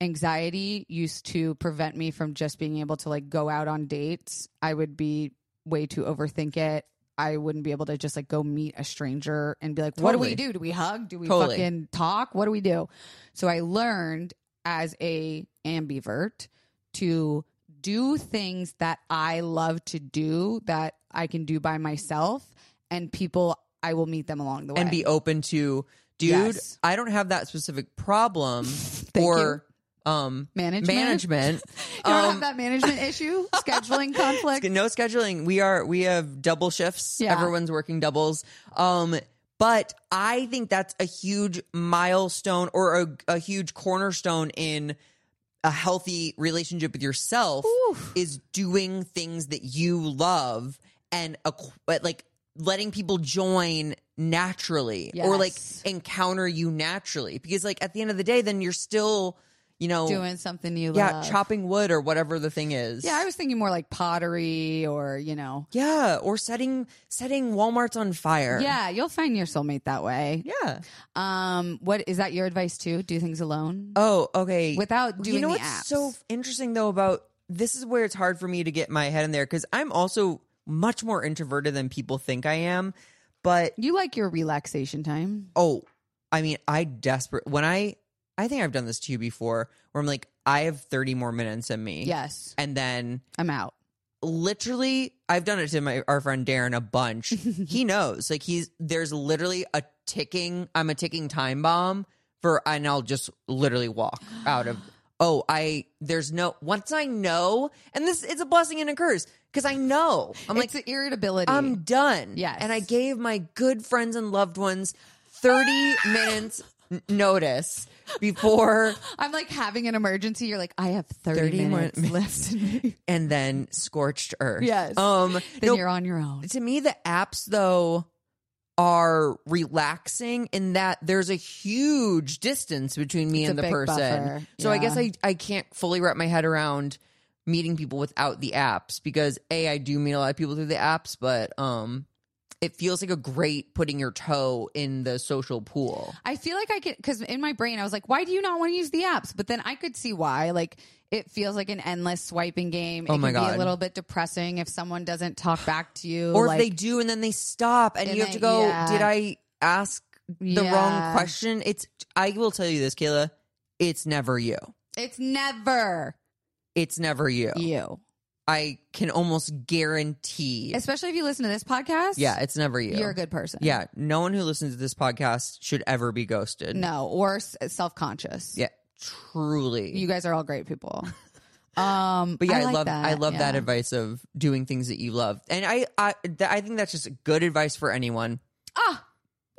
[SPEAKER 2] anxiety used to prevent me from just being able to like go out on dates. I would be way too overthink it. I wouldn't be able to just like go meet a stranger and be like, what do we
[SPEAKER 1] Totally.
[SPEAKER 2] do? Do we hug? Do we
[SPEAKER 1] Totally.
[SPEAKER 2] fucking talk? What do we do? So I learned as a ambivert to do things that I love to do that I can do by myself and people I will meet them along the way.
[SPEAKER 1] and be open to, dude,
[SPEAKER 2] Yes.
[SPEAKER 1] I don't have that specific problem
[SPEAKER 2] Thank
[SPEAKER 1] or um
[SPEAKER 2] management.
[SPEAKER 1] management.
[SPEAKER 2] You don't have
[SPEAKER 1] Um,
[SPEAKER 2] that management issue, scheduling conflict.
[SPEAKER 1] no scheduling. We are we have double shifts.
[SPEAKER 2] Yeah.
[SPEAKER 1] Everyone's working doubles. Um but I think that's a huge milestone or a, a huge cornerstone in a healthy relationship with yourself is doing things that you love and acqu- but, like letting people join naturally or like
[SPEAKER 2] Yes.
[SPEAKER 1] encounter you naturally because like at the end of the day then you're still you know,
[SPEAKER 2] doing something you
[SPEAKER 1] yeah,
[SPEAKER 2] love.
[SPEAKER 1] chopping wood or whatever the thing is.
[SPEAKER 2] Yeah, I was thinking more like pottery or, you know.
[SPEAKER 1] yeah, or setting setting Walmart's on fire.
[SPEAKER 2] Yeah, you'll find your soulmate that way.
[SPEAKER 1] yeah.
[SPEAKER 2] Um, what is that your advice too? Do things alone
[SPEAKER 1] Oh, okay.
[SPEAKER 2] without doing
[SPEAKER 1] you know
[SPEAKER 2] the
[SPEAKER 1] what's
[SPEAKER 2] apps.
[SPEAKER 1] so interesting though about this is where it's hard for me to get my head in there because I'm also much more introverted than people think I am. But
[SPEAKER 2] you like your relaxation time.
[SPEAKER 1] oh, I mean, I desperate when I I think I've done this to you before where I'm like, I have 30 more minutes in me.
[SPEAKER 2] Yes,
[SPEAKER 1] And then
[SPEAKER 2] I'm out.
[SPEAKER 1] literally I've done it to my our friend Darren a bunch. he knows. Like he's there's literally a ticking I'm a ticking time bomb for and I'll just literally walk out of oh, I there's no once I know and this it's a blessing and a curse because I know. I'm like um,
[SPEAKER 2] it's the irritability.
[SPEAKER 1] I'm done.
[SPEAKER 2] Yes.
[SPEAKER 1] And I gave my good friends and loved ones 30 minutes n- notice before
[SPEAKER 2] I'm like having an emergency. You're like, I have 30,
[SPEAKER 1] 30 more
[SPEAKER 2] minutes left in me.
[SPEAKER 1] and then scorched earth.
[SPEAKER 2] Yes.
[SPEAKER 1] Um
[SPEAKER 2] then
[SPEAKER 1] no,
[SPEAKER 2] you're on your own.
[SPEAKER 1] to me the apps though are relaxing in that there's a huge distance between me
[SPEAKER 2] It's
[SPEAKER 1] and
[SPEAKER 2] a
[SPEAKER 1] the
[SPEAKER 2] big
[SPEAKER 1] person
[SPEAKER 2] buffer.
[SPEAKER 1] so i guess
[SPEAKER 2] Yeah.
[SPEAKER 1] I, I can't fully wrap my head around meeting people without the apps because a i do meet a lot of people through the apps but um it feels like a great putting your toe in the social pool
[SPEAKER 2] I feel like I could because in my brain I was like, why do you not want to use the apps? But then I could see why. Like it feels like an endless swiping game. It
[SPEAKER 1] Oh my
[SPEAKER 2] can be
[SPEAKER 1] God.
[SPEAKER 2] a little bit depressing if someone doesn't talk back to you.
[SPEAKER 1] or
[SPEAKER 2] like,
[SPEAKER 1] if they do and then they stop and,
[SPEAKER 2] And
[SPEAKER 1] you have
[SPEAKER 2] they-
[SPEAKER 1] to go
[SPEAKER 2] yeah.
[SPEAKER 1] did i ask the
[SPEAKER 2] Yeah.
[SPEAKER 1] wrong question it's i will tell you this kayla it's never you
[SPEAKER 2] it's never
[SPEAKER 1] it's never you
[SPEAKER 2] you,
[SPEAKER 1] I can almost guarantee.
[SPEAKER 2] especially if you listen to this podcast.
[SPEAKER 1] yeah, it's never you.
[SPEAKER 2] you're a good person.
[SPEAKER 1] Yeah, no one who listens to this podcast should ever be ghosted.
[SPEAKER 2] no, or self conscious.
[SPEAKER 1] Yeah, truly.
[SPEAKER 2] you guys are all great people. Um,
[SPEAKER 1] but yeah, I,
[SPEAKER 2] like
[SPEAKER 1] love
[SPEAKER 2] that.
[SPEAKER 1] I love that
[SPEAKER 2] Yeah.
[SPEAKER 1] advice of doing things that you love, and I I th- I think that's just good advice for anyone.
[SPEAKER 2] Ah,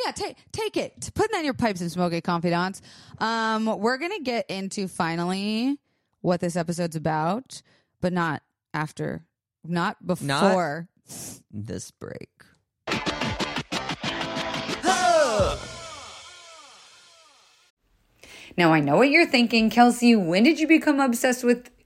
[SPEAKER 2] yeah, take take it. Put that in your pipes and smoke it, confidants. Um, we're gonna get into finally what this episode's about, but not after, not before.
[SPEAKER 1] This break.
[SPEAKER 3] Now, I know what you're thinking, Kelsey. When did you become obsessed with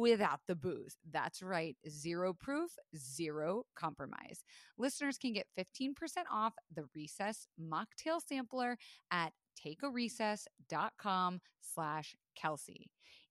[SPEAKER 2] without the booze. That's right, zero proof, zero compromise listeners can get 15% off the recess mocktail sampler at takearecess.com slash kelsey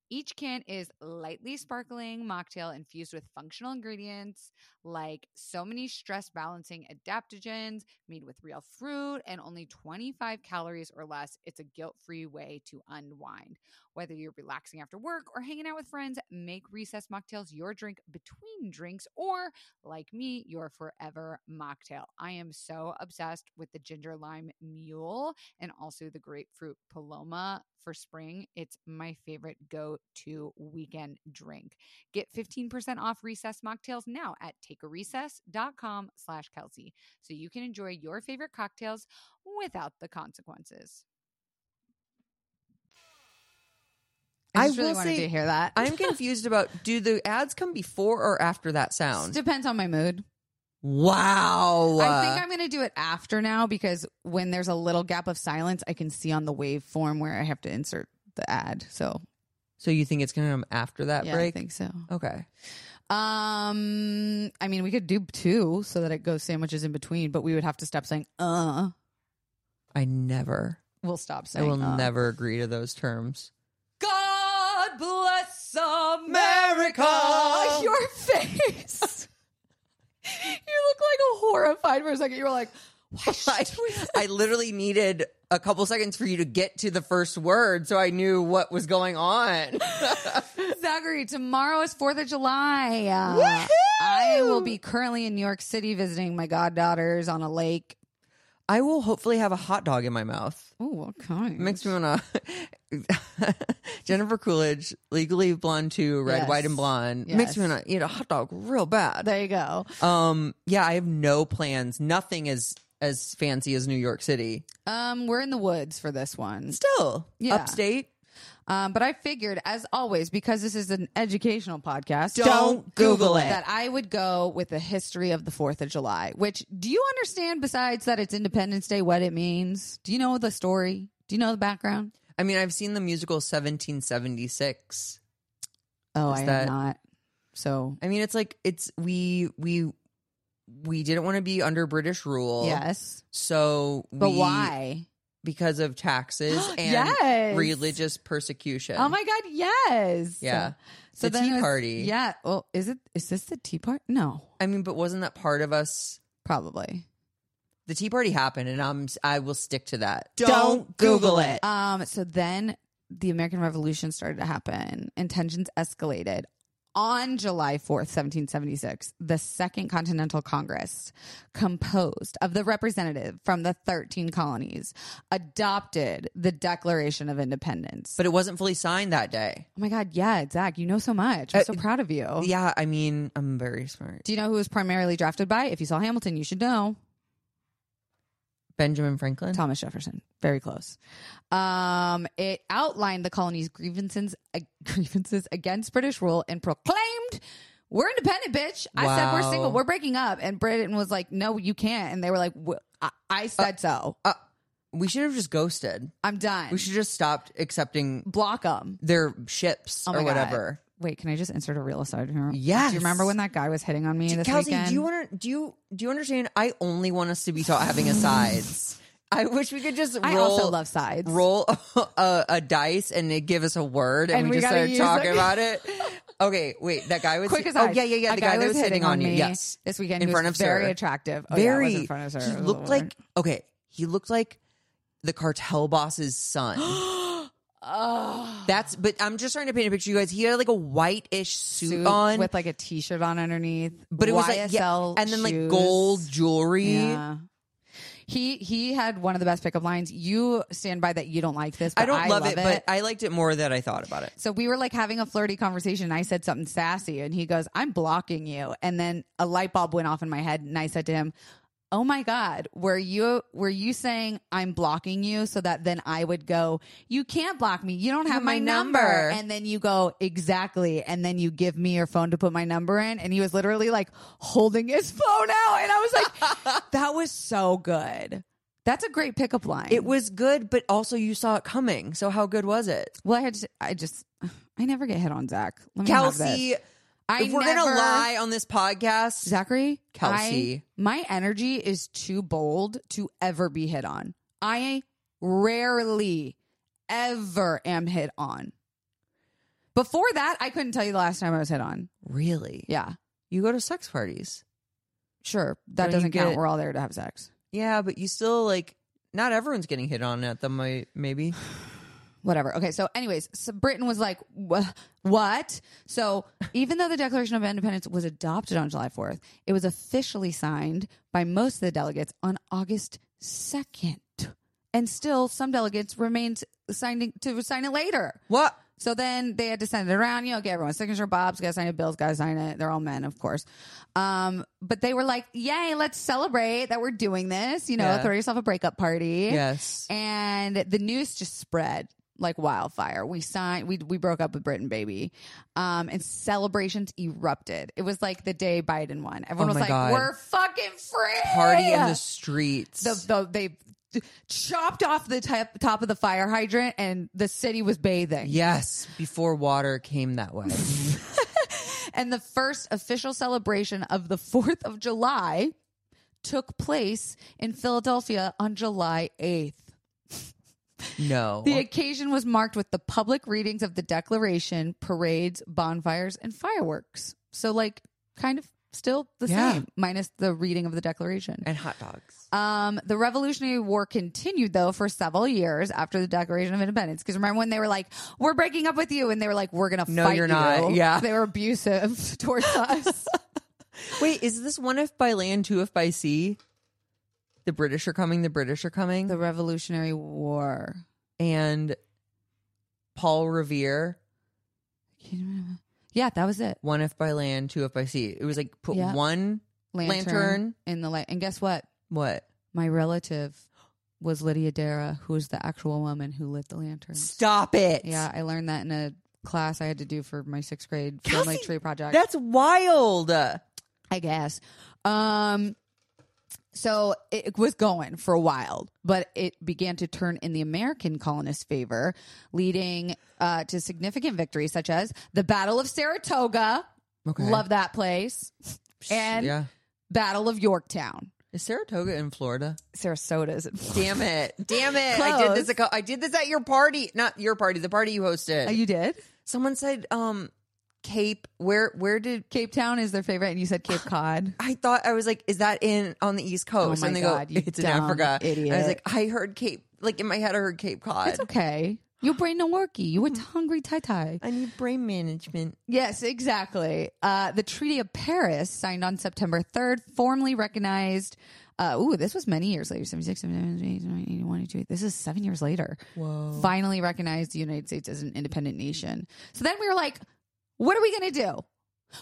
[SPEAKER 2] each can is lightly sparkling mocktail infused with functional ingredients like so many stress balancing adaptogens made with real fruit and only 25 calories or less it's a guilt-free way to unwind whether you're relaxing after work or hanging out with friends make recess mocktails your drink between drinks or like me, your forever mocktail. I am so obsessed with the ginger lime mule and also the grapefruit paloma
[SPEAKER 4] for spring, it's my favorite go to weekend drink. Get 15% off recess mocktails now at takearecess.com slash Kelsey so you can enjoy your favorite cocktails without the consequences.
[SPEAKER 2] I,
[SPEAKER 1] I
[SPEAKER 2] just really
[SPEAKER 1] will
[SPEAKER 2] wanted
[SPEAKER 1] say-
[SPEAKER 2] to hear that.
[SPEAKER 1] I'm confused about do the ads come before or after that sound?
[SPEAKER 2] Depends on my mood.
[SPEAKER 1] wow.
[SPEAKER 2] I think I'm going to do it after now because when there's a little gap of silence, I can see on the waveform where I have to insert the ad. So
[SPEAKER 1] so you think it's going to come after that
[SPEAKER 2] yeah,
[SPEAKER 1] break?
[SPEAKER 2] I think so.
[SPEAKER 1] okay.
[SPEAKER 2] Um, I mean, we could do two so that it goes sandwiches in between, but we would have to stop saying "uh."
[SPEAKER 1] I never.
[SPEAKER 2] We'll stop
[SPEAKER 1] I
[SPEAKER 2] saying.
[SPEAKER 1] will
[SPEAKER 2] "uh."
[SPEAKER 1] never agree to those terms.
[SPEAKER 2] God bless
[SPEAKER 1] America.
[SPEAKER 2] Your face. you look like a horrified for a second. You were like, "Why
[SPEAKER 1] I,
[SPEAKER 2] should we?"
[SPEAKER 1] I literally needed a couple seconds for you to get to the first word so I knew what was going on. Uh,
[SPEAKER 2] Zachary, tomorrow is 4th of July. Uh, I will be currently in New York City visiting my goddaughters on a lake.
[SPEAKER 1] I will hopefully have a hot dog in my mouth.
[SPEAKER 2] Oh, okay.
[SPEAKER 1] Makes me wanna Jennifer Coolidge, legally blonde two, red,
[SPEAKER 2] Yes.
[SPEAKER 1] white, and blonde. Makes me
[SPEAKER 2] Yes.
[SPEAKER 1] wanna eat a hot dog real bad.
[SPEAKER 2] There you go.
[SPEAKER 1] Um yeah, I have no plans. Nothing as as fancy as New York City.
[SPEAKER 2] Um, we're in the woods for this one.
[SPEAKER 1] Still.
[SPEAKER 2] Yeah.
[SPEAKER 1] Upstate.
[SPEAKER 2] Um, but I figured, as always, because this is an educational podcast,
[SPEAKER 1] Don't Google it.
[SPEAKER 2] That I would go with the history of the Fourth of July. Which do you understand? Besides that, it's Independence Day. What it means? Do you know the story? Do you know the background?
[SPEAKER 1] I mean, I've seen the musical 1776.
[SPEAKER 2] Oh,
[SPEAKER 1] Is
[SPEAKER 2] I
[SPEAKER 1] that-
[SPEAKER 2] have not. So
[SPEAKER 1] I mean, it's like it's we we we didn't want to be under British rule.
[SPEAKER 2] yes,
[SPEAKER 1] So
[SPEAKER 2] but
[SPEAKER 1] we-
[SPEAKER 2] why?
[SPEAKER 1] Because of taxes and
[SPEAKER 2] Yes.
[SPEAKER 1] religious persecution.
[SPEAKER 2] Oh my God! Yes.
[SPEAKER 1] Yeah.
[SPEAKER 2] So
[SPEAKER 1] The
[SPEAKER 2] then
[SPEAKER 1] Tea
[SPEAKER 2] it was-
[SPEAKER 1] Party.
[SPEAKER 2] Yeah. Well, is it? Is this the Tea Party? No,
[SPEAKER 1] I mean, but wasn't that part of us?
[SPEAKER 2] probably.
[SPEAKER 1] The Tea Party happened, and I'm I will stick to that.
[SPEAKER 2] Um, so then the American Revolution started to happen and tensions escalated. On July 4th, 1776, the Second Continental Congress, composed of the representative from the 13 colonies, adopted the Declaration of Independence.
[SPEAKER 1] But it wasn't fully signed that day.
[SPEAKER 2] oh my God, yeah, Zach, you know so much. I'm so proud of you.
[SPEAKER 1] Yeah, I mean, I'm very smart.
[SPEAKER 2] Do you know who was primarily drafted by? If you saw Hamilton, you should know.
[SPEAKER 1] Benjamin Franklin.
[SPEAKER 2] Thomas Jefferson. Very close. Um, it outlined the colony's grievances uh, grievances against British rule and proclaimed, "We're independent, bitch." I said we're
[SPEAKER 1] Wow.
[SPEAKER 2] single. We're breaking up, and Britain was like, "No, you can't." And they were like, "Wh- I-, "I said so.
[SPEAKER 1] Uh, We should have just ghosted.
[SPEAKER 2] I'm done.
[SPEAKER 1] We should have just stopped accepting
[SPEAKER 2] block them."
[SPEAKER 1] their ships
[SPEAKER 2] Oh my
[SPEAKER 1] or
[SPEAKER 2] God.
[SPEAKER 1] whatever.
[SPEAKER 2] Wait, can I just insert a real aside here?
[SPEAKER 1] Yes.
[SPEAKER 2] Do you remember when that guy was hitting on me this
[SPEAKER 1] Kelsey,
[SPEAKER 2] weekend?
[SPEAKER 1] do you want to do you do you understand? I only want us to be taught having asides. I wish we could just roll,
[SPEAKER 2] I also love sides.
[SPEAKER 1] roll a, a dice and they give us a word and,
[SPEAKER 2] And
[SPEAKER 1] we,
[SPEAKER 2] we
[SPEAKER 1] just
[SPEAKER 2] gotta
[SPEAKER 1] started
[SPEAKER 2] use
[SPEAKER 1] talking
[SPEAKER 2] it.
[SPEAKER 1] about it. Okay, wait, that guy was
[SPEAKER 2] Quick as
[SPEAKER 1] oh yeah yeah yeah the guy, that was hitting on you
[SPEAKER 2] me
[SPEAKER 1] yes
[SPEAKER 2] this weekend
[SPEAKER 1] in
[SPEAKER 2] He was
[SPEAKER 1] front of
[SPEAKER 2] very
[SPEAKER 1] Sarah.
[SPEAKER 2] attractive. Oh, yeah, I was
[SPEAKER 1] very
[SPEAKER 2] in front of Sarah.
[SPEAKER 1] he
[SPEAKER 2] It was a
[SPEAKER 1] looked
[SPEAKER 2] little
[SPEAKER 1] like okay he looked like the cartel boss's son.
[SPEAKER 2] Oh.
[SPEAKER 1] That's but I'm just trying to paint a picture, you guys. He had like a whitish suit,
[SPEAKER 2] suit
[SPEAKER 1] on
[SPEAKER 2] with like a t-shirt on underneath
[SPEAKER 1] but it was like yeah,
[SPEAKER 2] YSL
[SPEAKER 1] and then like
[SPEAKER 2] shoes.
[SPEAKER 1] gold jewelry.
[SPEAKER 2] yeah he he had one of the best pickup lines you stand by that you don't like this but
[SPEAKER 1] I don't love, it,
[SPEAKER 2] it,
[SPEAKER 1] but I liked it more that I thought about it.
[SPEAKER 2] so we were like having a flirty conversation and i said something sassy and he goes i'm blocking you and then a light bulb went off in my head and i said to him oh my god were you were you saying i'm blocking you so that then i would go you can't block me you don't have my, number.
[SPEAKER 1] number.
[SPEAKER 2] and then you go exactly and then you give me your phone to put my number in and he was literally like holding his phone out and i was like that was so good that's a great pickup line
[SPEAKER 1] It was good, but also you saw it coming. So how good was it,
[SPEAKER 2] well i had to, i just i never get hit on zach
[SPEAKER 1] Mm-hmm.
[SPEAKER 2] Let me have this.
[SPEAKER 1] Kelsey?
[SPEAKER 2] I
[SPEAKER 1] if we're
[SPEAKER 2] never-
[SPEAKER 1] gonna lie on this podcast,
[SPEAKER 2] Zachary,
[SPEAKER 1] Kelsey.
[SPEAKER 2] I- my energy is too bold to ever be hit on. I rarely ever am hit on. Before that, I couldn't tell you the last time I was hit on.
[SPEAKER 1] really?
[SPEAKER 2] Yeah,
[SPEAKER 1] You go to sex parties?
[SPEAKER 2] sure.
[SPEAKER 1] Don't
[SPEAKER 2] That
[SPEAKER 1] you
[SPEAKER 2] doesn't count.
[SPEAKER 1] get-
[SPEAKER 2] We're all there to have sex.
[SPEAKER 1] Yeah, but you still like not everyone's getting hit on at them. mi- Maybe
[SPEAKER 2] Whatever. Okay. So, anyways, so Britain was like, "Wha- what? So, even though the Declaration of Independence was adopted on July 4th, it was officially signed by most of the delegates on August 2nd. and still some delegates remained signing to sign it later.
[SPEAKER 1] What?
[SPEAKER 2] So then they had to send it around, you know, get everyone's signature. Bob's got to sign it. Bill's got to sign it. They're all men, of course. Um, but they were like, yay, let's celebrate that we're doing this. You know,
[SPEAKER 1] Yeah.
[SPEAKER 2] throw yourself a breakup party.
[SPEAKER 1] Yes.
[SPEAKER 2] And the news just spread like wildfire. We signed, we, we broke up with Britain, baby. Um, and celebrations erupted. It was like the day Biden won. Everyone
[SPEAKER 1] Oh
[SPEAKER 2] was
[SPEAKER 1] my
[SPEAKER 2] like,
[SPEAKER 1] God.
[SPEAKER 2] we're fucking free.
[SPEAKER 1] Party in the streets.
[SPEAKER 2] The, the, they chopped off the top, top of the fire hydrant and the city was bathing.
[SPEAKER 1] yes, before water came that way.
[SPEAKER 2] And the first official celebration of the 4th of July took place in Philadelphia on July 8th.
[SPEAKER 1] no.
[SPEAKER 2] The occasion was marked with the public readings of the Declaration, parades, bonfires, and fireworks. So, like, kind of still the
[SPEAKER 1] Yeah.
[SPEAKER 2] same, minus the reading of the Declaration.
[SPEAKER 1] and hot dogs.
[SPEAKER 2] Um, the Revolutionary War continued though for several years after the Declaration of Independence. Because remember when they were like, "We're breaking up with you," and they were like, "We're gonna
[SPEAKER 1] No,
[SPEAKER 2] fight
[SPEAKER 1] you're not.
[SPEAKER 2] you."
[SPEAKER 1] Yeah.
[SPEAKER 2] they were abusive towards us.
[SPEAKER 1] Wait, is this one if by land, two if by sea? The British are coming, the British are coming.
[SPEAKER 2] the Revolutionary War.
[SPEAKER 1] and Paul Revere,
[SPEAKER 2] Yeah, that was it.
[SPEAKER 1] one if by land, two if by sea. It was like put
[SPEAKER 2] Yeah.
[SPEAKER 1] one,
[SPEAKER 2] Lantern,
[SPEAKER 1] Lantern.
[SPEAKER 2] in the light. And guess what?
[SPEAKER 1] what?
[SPEAKER 2] My relative was Lydia Dara, who was the actual woman who lit the lanterns.
[SPEAKER 1] Stop it.
[SPEAKER 2] Yeah, I learned that in a class I had to do for my sixth grade family
[SPEAKER 1] Cassie,
[SPEAKER 2] tree project.
[SPEAKER 1] That's wild.
[SPEAKER 2] I guess. Um, so it was going for a while, but it began to turn in the American colonists' favor, leading uh, to significant victories such as the Battle of Saratoga.
[SPEAKER 1] Okay.
[SPEAKER 2] Love that place. And
[SPEAKER 1] yeah.
[SPEAKER 2] Battle of Yorktown.
[SPEAKER 1] Is Saratoga in Florida?
[SPEAKER 2] Sarasota is
[SPEAKER 1] Damn it. Damn it. I did this
[SPEAKER 2] Close.
[SPEAKER 1] at co- I did this at your party. Not your party, the party you hosted.
[SPEAKER 2] Oh, you did?
[SPEAKER 1] Someone said um Cape where where did
[SPEAKER 2] Cape Town is their favorite, and you said Cape Cod.
[SPEAKER 1] I thought I was like, is that in on the East Coast?
[SPEAKER 2] my
[SPEAKER 1] and they
[SPEAKER 2] God,
[SPEAKER 1] go,
[SPEAKER 2] you
[SPEAKER 1] it's in
[SPEAKER 2] dumb
[SPEAKER 1] Africa. And I
[SPEAKER 2] idiot.
[SPEAKER 1] was like, I heard Cape. Like in my head, I heard Cape Cod.
[SPEAKER 2] It's okay. Your brain no worky. You went to hungry tai tai.
[SPEAKER 1] I need brain management.
[SPEAKER 2] Yes, exactly. Uh, the Treaty of Paris, signed on September 3rd, formally recognized. Uh, ooh, this was many years later 76, 77, 81, 82. This is seven years later. Whoa. Finally recognized the United States as an independent nation. So then we were like, what are we going to do?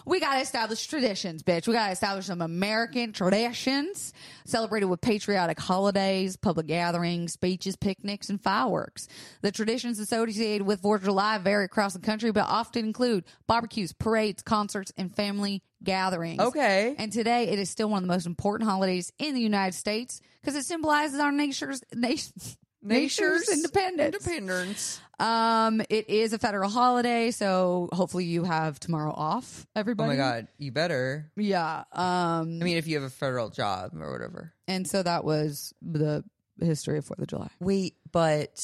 [SPEAKER 2] We got to establish traditions, bitch. We got to establish some American traditions celebrated with patriotic holidays, public gatherings, speeches, picnics, and fireworks. The traditions associated with 4th of July vary across the country, but often include barbecues, parades, concerts, and family gatherings.
[SPEAKER 1] Okay.
[SPEAKER 2] And today it is still one of the most important holidays in the United States because it symbolizes our nature's, nation, nature's independence.
[SPEAKER 1] Independence.
[SPEAKER 2] Um, it is a federal holiday, so hopefully you have tomorrow off,
[SPEAKER 1] Oh
[SPEAKER 2] everybody.
[SPEAKER 1] my God. You better.
[SPEAKER 2] Yeah. Um,
[SPEAKER 1] I mean, if you have a federal job or whatever.
[SPEAKER 2] and so that was the history of Fourth of July.
[SPEAKER 1] Wait, but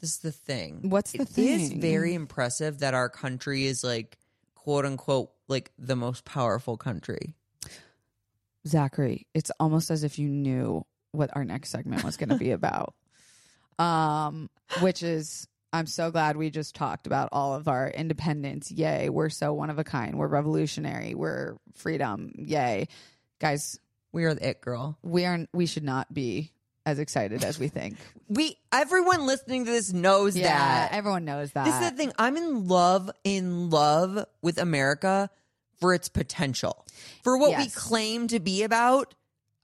[SPEAKER 1] this is the thing.
[SPEAKER 2] What's the
[SPEAKER 1] It is
[SPEAKER 2] thing?
[SPEAKER 1] very impressive that our country is like, quote unquote, like the most powerful country.
[SPEAKER 2] Zachary, it's almost as if you knew what our next segment was going to be about. Um, which is, I'm so glad we just talked about all of our independence. Yay, we're so one of a kind. We're revolutionary. We're freedom. Yay, guys,
[SPEAKER 1] We are the it girl.
[SPEAKER 2] we aren't. We should not be as excited as we think.
[SPEAKER 1] We, everyone listening to this knows
[SPEAKER 2] yeah,
[SPEAKER 1] that.
[SPEAKER 2] everyone knows that.
[SPEAKER 1] This is the thing. I'm in love, in love with America for its potential, for what we
[SPEAKER 2] Yes.
[SPEAKER 1] claim to be about.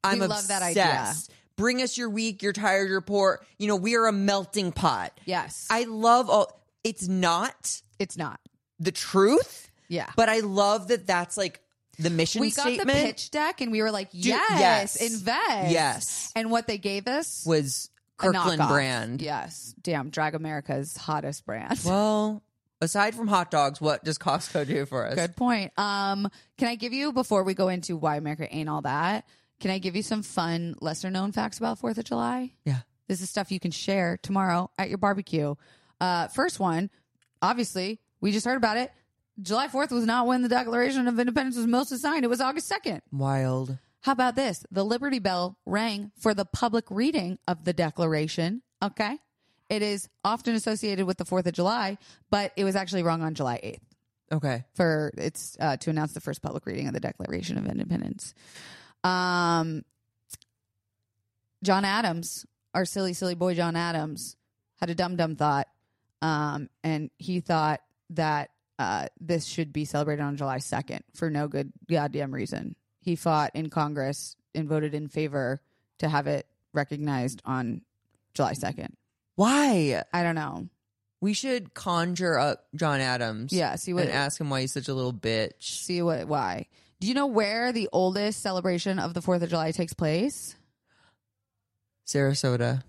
[SPEAKER 1] I'm
[SPEAKER 2] We love
[SPEAKER 1] obsessed.
[SPEAKER 2] that idea.
[SPEAKER 1] Bring us your weak, your tired, your poor. You know, we are a melting pot.
[SPEAKER 2] yes,
[SPEAKER 1] I love all. It's not
[SPEAKER 2] it's not.
[SPEAKER 1] the truth,
[SPEAKER 2] Yeah,
[SPEAKER 1] but I love that. That's like the mission
[SPEAKER 2] we got
[SPEAKER 1] statement.
[SPEAKER 2] the pitch deck and we were like,
[SPEAKER 1] yes.
[SPEAKER 2] yes, invest,
[SPEAKER 1] Yes.
[SPEAKER 2] And what they gave us
[SPEAKER 1] was
[SPEAKER 2] a
[SPEAKER 1] Kirkland
[SPEAKER 2] knockoff.
[SPEAKER 1] brand.
[SPEAKER 2] Yes, damn, Drag America's hottest brand.
[SPEAKER 1] Well, aside from hot dogs, what does Costco do for us?
[SPEAKER 2] Good point. Um, can I give you before we go into why America ain't all that? Can I give you some fun, lesser known facts about Fourth of July?
[SPEAKER 1] Yeah.
[SPEAKER 2] This is stuff you can share tomorrow at your barbecue. Uh, first one, obviously, we just heard about it. July 4th was not when the Declaration of Independence was mostly signed. It was August 2nd.
[SPEAKER 1] Wild.
[SPEAKER 2] How about this? The Liberty Bell rang for the public reading of the Declaration. Okay. It is often associated with the 4th of July, but it was actually wrong on July 8th
[SPEAKER 1] Okay.
[SPEAKER 2] for it's uh, to announce the first public reading of the Declaration of Independence. Um, John Adams our silly, silly boy John Adams had a dumb, dumb thought, um, and he thought that uh, this should be celebrated on July second for no good goddamn reason. He fought in Congress and voted in favor to have it recognized on July second.
[SPEAKER 1] Why?
[SPEAKER 2] I don't know.
[SPEAKER 1] We should conjure up John Adams.
[SPEAKER 2] Yeah, see what
[SPEAKER 1] And ask him why he's such a little bitch.
[SPEAKER 2] see what why. Do you know where the oldest celebration of the Fourth of July takes place?
[SPEAKER 1] Sarasota.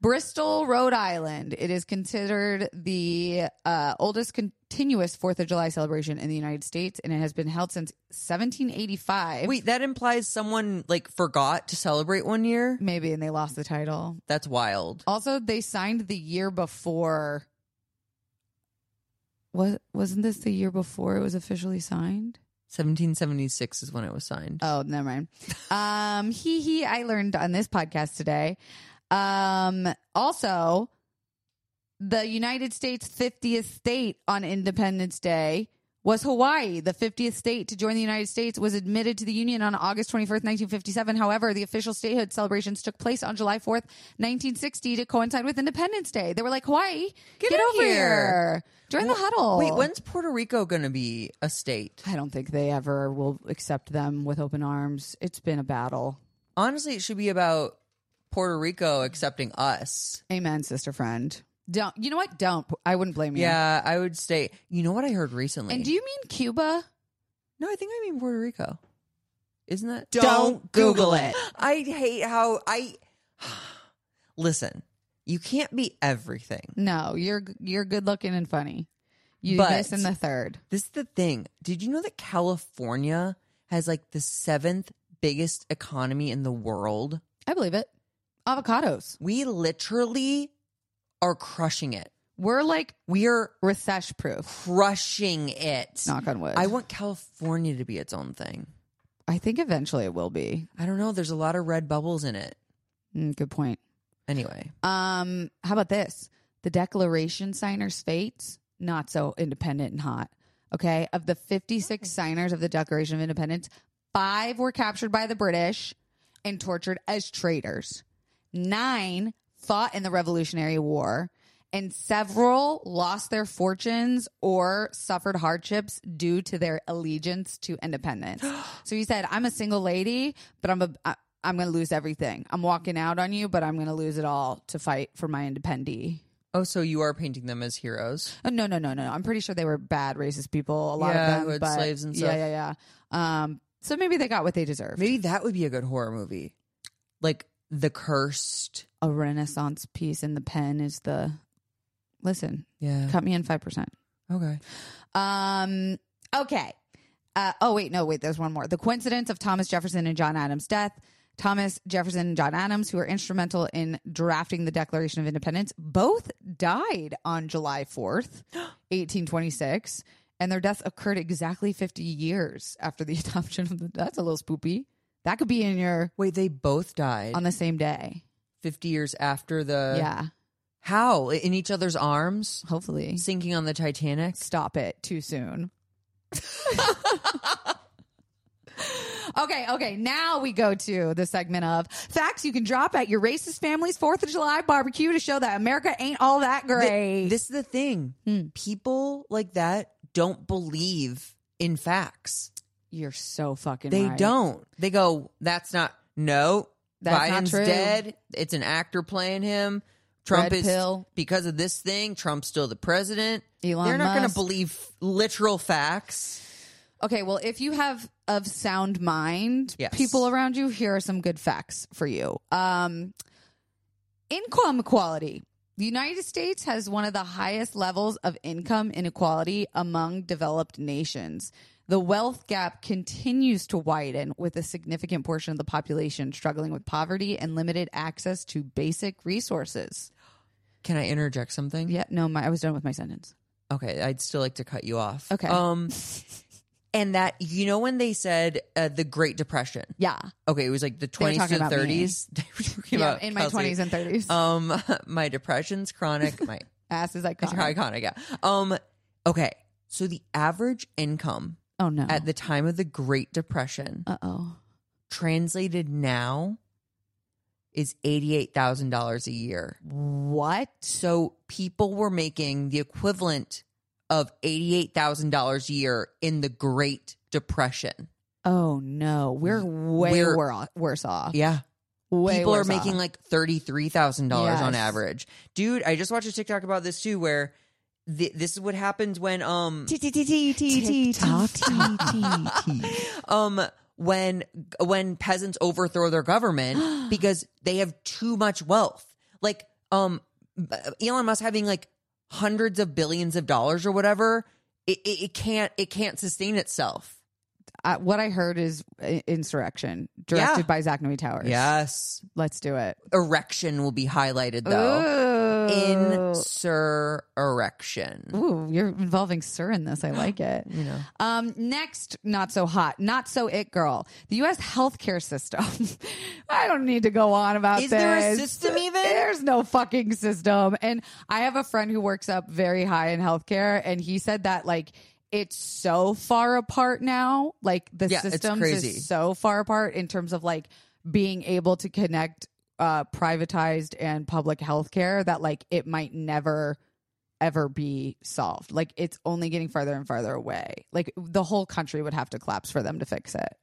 [SPEAKER 2] Bristol, Rhode Island. It is considered the uh, oldest continuous Fourth of July celebration in the United States, and it has been held since 1785.
[SPEAKER 1] Wait, that implies someone like forgot to celebrate one year?
[SPEAKER 2] maybe, and they lost the title.
[SPEAKER 1] That's wild.
[SPEAKER 2] Also, they signed the year before. Was wasn't this the year before it was officially signed?
[SPEAKER 1] 1776 is when it was signed.
[SPEAKER 2] Oh, never mind. Um, he he. I learned on this podcast today. Um, also, the United States 50th state on Independence Day was Hawaii. The 50th state to join the United States was admitted to the Union on August 21st, 1957. However, the official statehood celebrations took place on July 4th, 1960, to coincide with Independence Day. They were like, Hawaii, get,
[SPEAKER 1] in
[SPEAKER 2] over here.
[SPEAKER 1] here.
[SPEAKER 2] Join the huddle.
[SPEAKER 1] Wait, when's Puerto Rico going to be a state?
[SPEAKER 2] I don't think they ever will accept them with open arms. It's been a battle.
[SPEAKER 1] Honestly, it should be about Puerto Rico accepting us.
[SPEAKER 2] Amen, sister friend. Don't you know what? Don't I wouldn't blame you.
[SPEAKER 1] Yeah, I would say. You know what I heard recently?
[SPEAKER 2] And do you mean Cuba?
[SPEAKER 1] No, I think I mean Puerto Rico. Isn't that?
[SPEAKER 2] Don't Google it.
[SPEAKER 1] I hate how I listen. You can't be everything.
[SPEAKER 2] No, you're you're good looking and funny. You
[SPEAKER 1] But-
[SPEAKER 2] this and the third.
[SPEAKER 1] This is the thing. Did you know that California has like the seventh biggest economy in the world?
[SPEAKER 2] I believe it. Avocados.
[SPEAKER 1] We literally are crushing it.
[SPEAKER 2] We're like
[SPEAKER 1] We are
[SPEAKER 2] recession proof.
[SPEAKER 1] crushing it.
[SPEAKER 2] Knock on wood. I
[SPEAKER 1] I want California to be its own thing.
[SPEAKER 2] I think eventually it will be.
[SPEAKER 1] I don't know. There's a lot of red bubbles in it.
[SPEAKER 2] Mm, good point.
[SPEAKER 1] Anyway,
[SPEAKER 2] Um, how about this? The Declaration signers' fates not so independent and hot. Okay, of the 56 signers of the Declaration of Independence, five were captured by the British and tortured as traitors. Nine fought in the Revolutionary War, and several lost their fortunes or suffered hardships due to their allegiance to independence. so he said, "I'm a single lady, but I'm a." uh, I, I'm going to lose everything. I'm walking out on you, but I'm going to lose it all to fight for my independence.
[SPEAKER 1] oh, so you are painting them as heroes.
[SPEAKER 2] Uh, No, no, no, no. no. I'm pretty sure they were bad racist people. A lot
[SPEAKER 1] Yeah,
[SPEAKER 2] of them,
[SPEAKER 1] who had
[SPEAKER 2] but-
[SPEAKER 1] slaves and
[SPEAKER 2] Yeah,
[SPEAKER 1] stuff.
[SPEAKER 2] yeah, yeah. Um, so maybe they got what they deserved.
[SPEAKER 1] Maybe that would be a good horror movie. Like The Cursed.
[SPEAKER 2] A Renaissance piece in the pen is the. Listen,
[SPEAKER 1] Yeah.
[SPEAKER 2] cut me in five percent.
[SPEAKER 1] Okay.
[SPEAKER 2] Um. Okay. Uh, oh wait, no, wait. There's one more. The coincidence of Thomas Jefferson and John Adams' death. Thomas Jefferson and John Adams, who were instrumental in drafting the Declaration of Independence, both died on July 4th, 1826, and their deaths occurred exactly 50 years after the adoption of the. That's a little spoopy. That could be in your
[SPEAKER 1] Wait, they both died
[SPEAKER 2] on the same day.
[SPEAKER 1] 50 years after the.
[SPEAKER 2] yeah,
[SPEAKER 1] How? In each other's arms?
[SPEAKER 2] hopefully.
[SPEAKER 1] Sinking on the Titanic?
[SPEAKER 2] stop it too soon. okay, okay. Now we go to the segment of facts you can drop at your racist family's 4th of July barbecue to show that America ain't all that great.
[SPEAKER 1] This is the thing.
[SPEAKER 2] Hmm.
[SPEAKER 1] People like that don't believe in facts.
[SPEAKER 2] You're so fucking
[SPEAKER 1] They
[SPEAKER 2] right.
[SPEAKER 1] don't. They go, that's not, no.
[SPEAKER 2] That's not
[SPEAKER 1] Biden's
[SPEAKER 2] true."
[SPEAKER 1] dead. It's an actor playing him. Trump
[SPEAKER 2] Red
[SPEAKER 1] is
[SPEAKER 2] pill.
[SPEAKER 1] because of this thing. Trump's still the president.
[SPEAKER 2] Elon
[SPEAKER 1] They're not going
[SPEAKER 2] Musk.
[SPEAKER 1] to believe literal facts.
[SPEAKER 2] Okay, well, if you have of sound mind
[SPEAKER 1] Yes.
[SPEAKER 2] people around you, here are some good facts for you. Um, income equality. The United States has one of the highest levels of income inequality among developed nations. The wealth gap continues to widen, with a significant portion of the population struggling with poverty and limited access to basic resources.
[SPEAKER 1] Can I interject something?
[SPEAKER 2] Yeah, no, my, I was done with my sentence.
[SPEAKER 1] Okay, I'd still like to cut you off.
[SPEAKER 2] Okay.
[SPEAKER 1] Um, and that you know when they said uh, the Great Depression?
[SPEAKER 2] Yeah,
[SPEAKER 1] Okay, it was like the
[SPEAKER 2] were
[SPEAKER 1] twenties
[SPEAKER 2] talking
[SPEAKER 1] to
[SPEAKER 2] about me.
[SPEAKER 1] thirties. They were talking
[SPEAKER 2] yeah,
[SPEAKER 1] about
[SPEAKER 2] in my
[SPEAKER 1] Kelsey.
[SPEAKER 2] twenties and thirties,
[SPEAKER 1] Um, my depression's chronic. My
[SPEAKER 2] ass is
[SPEAKER 1] it's
[SPEAKER 2] iconic.
[SPEAKER 1] iconic. Yeah. Um. Okay. So the average income
[SPEAKER 2] Oh no.
[SPEAKER 1] at the time of the Great Depression,
[SPEAKER 2] Uh oh.
[SPEAKER 1] translated now, is $88,000 a year.
[SPEAKER 2] What?
[SPEAKER 1] So people were making the equivalent of $88,000 a year in the Great Depression.
[SPEAKER 2] Oh no, we're way
[SPEAKER 1] We're-
[SPEAKER 2] wor- worse off.
[SPEAKER 1] Yeah.
[SPEAKER 2] Way
[SPEAKER 1] people are
[SPEAKER 2] worse
[SPEAKER 1] making
[SPEAKER 2] off.
[SPEAKER 1] like $33,000 on
[SPEAKER 2] Yes.
[SPEAKER 1] average. Dude, I just watched a TikTok about this too where th- this is what happens when um um when when peasants overthrow their government because they have too much wealth. Like um Elon Musk having like hundreds of billions of dollars or whatever, it, it, it can't it can't sustain itself.
[SPEAKER 2] Uh, what I heard is uh, insurrection directed
[SPEAKER 1] Yeah.
[SPEAKER 2] by Zach Noe Towers.
[SPEAKER 1] Yes.
[SPEAKER 2] let's do it.
[SPEAKER 1] Erection will be highlighted though.
[SPEAKER 2] Ooh.
[SPEAKER 1] Insurrection.
[SPEAKER 2] Ooh, you're involving Sir in this. I like it.
[SPEAKER 1] You know.
[SPEAKER 2] Um, next, not so hot, not so it girl. The U.S. healthcare system. I don't need to go on about
[SPEAKER 1] Is
[SPEAKER 2] this.
[SPEAKER 1] there a system even?
[SPEAKER 2] There's no fucking system. And I have a friend who works up very high in healthcare, and he said that like it's so far apart now. Like the
[SPEAKER 1] Yeah, it's
[SPEAKER 2] systems
[SPEAKER 1] crazy.
[SPEAKER 2] is so far apart in terms of like being able to connect uh privatized and public healthcare that like it might never ever be solved. Like it's only getting farther and farther away. Like the whole country would have to collapse for them to fix it.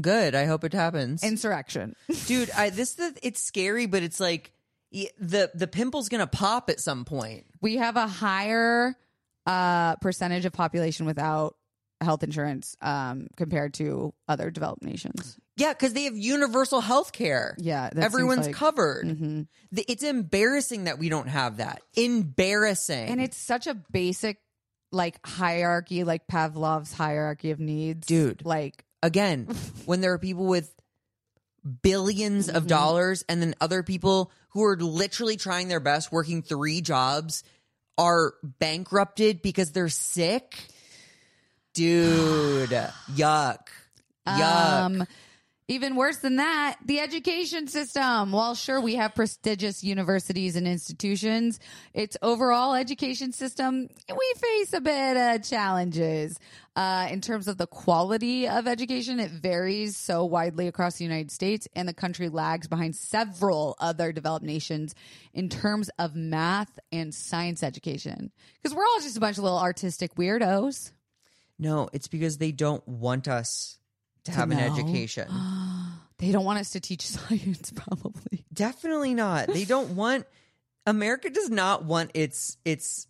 [SPEAKER 1] Good. I hope it happens.
[SPEAKER 2] Insurrection.
[SPEAKER 1] dude i this the, it's scary but it's like y- the the pimple's gonna pop at some point
[SPEAKER 2] We have a higher uh percentage of population without health insurance um compared to other developed nations.
[SPEAKER 1] yeah because they have universal health care
[SPEAKER 2] Yeah, that seems
[SPEAKER 1] everyone's
[SPEAKER 2] like-
[SPEAKER 1] covered
[SPEAKER 2] Mhm.
[SPEAKER 1] The- it's embarrassing that we don't have that embarrassing
[SPEAKER 2] And it's such a basic like hierarchy, like Pavlov's hierarchy of needs.
[SPEAKER 1] Dude.
[SPEAKER 2] Like
[SPEAKER 1] again when there are people with 1000000000s
[SPEAKER 2] Mm-hmm.
[SPEAKER 1] of dollars and then other people who are literally trying their best working three jobs are bankrupted because they're sick dude yuck yuck
[SPEAKER 2] Um, even worse than that, the education system. While sure we have prestigious universities and institutions, its overall education system we face a bit of challenges uh, in terms of the quality of education. It varies so widely across the United States, and the country lags behind several other developed nations in terms of math and science education. Because we're all just a bunch of little artistic weirdos.
[SPEAKER 1] No, it's because they don't want us to, have an
[SPEAKER 2] know.
[SPEAKER 1] education.
[SPEAKER 2] They don't want us to teach science, probably.
[SPEAKER 1] Definitely not. They don't want America does not want its its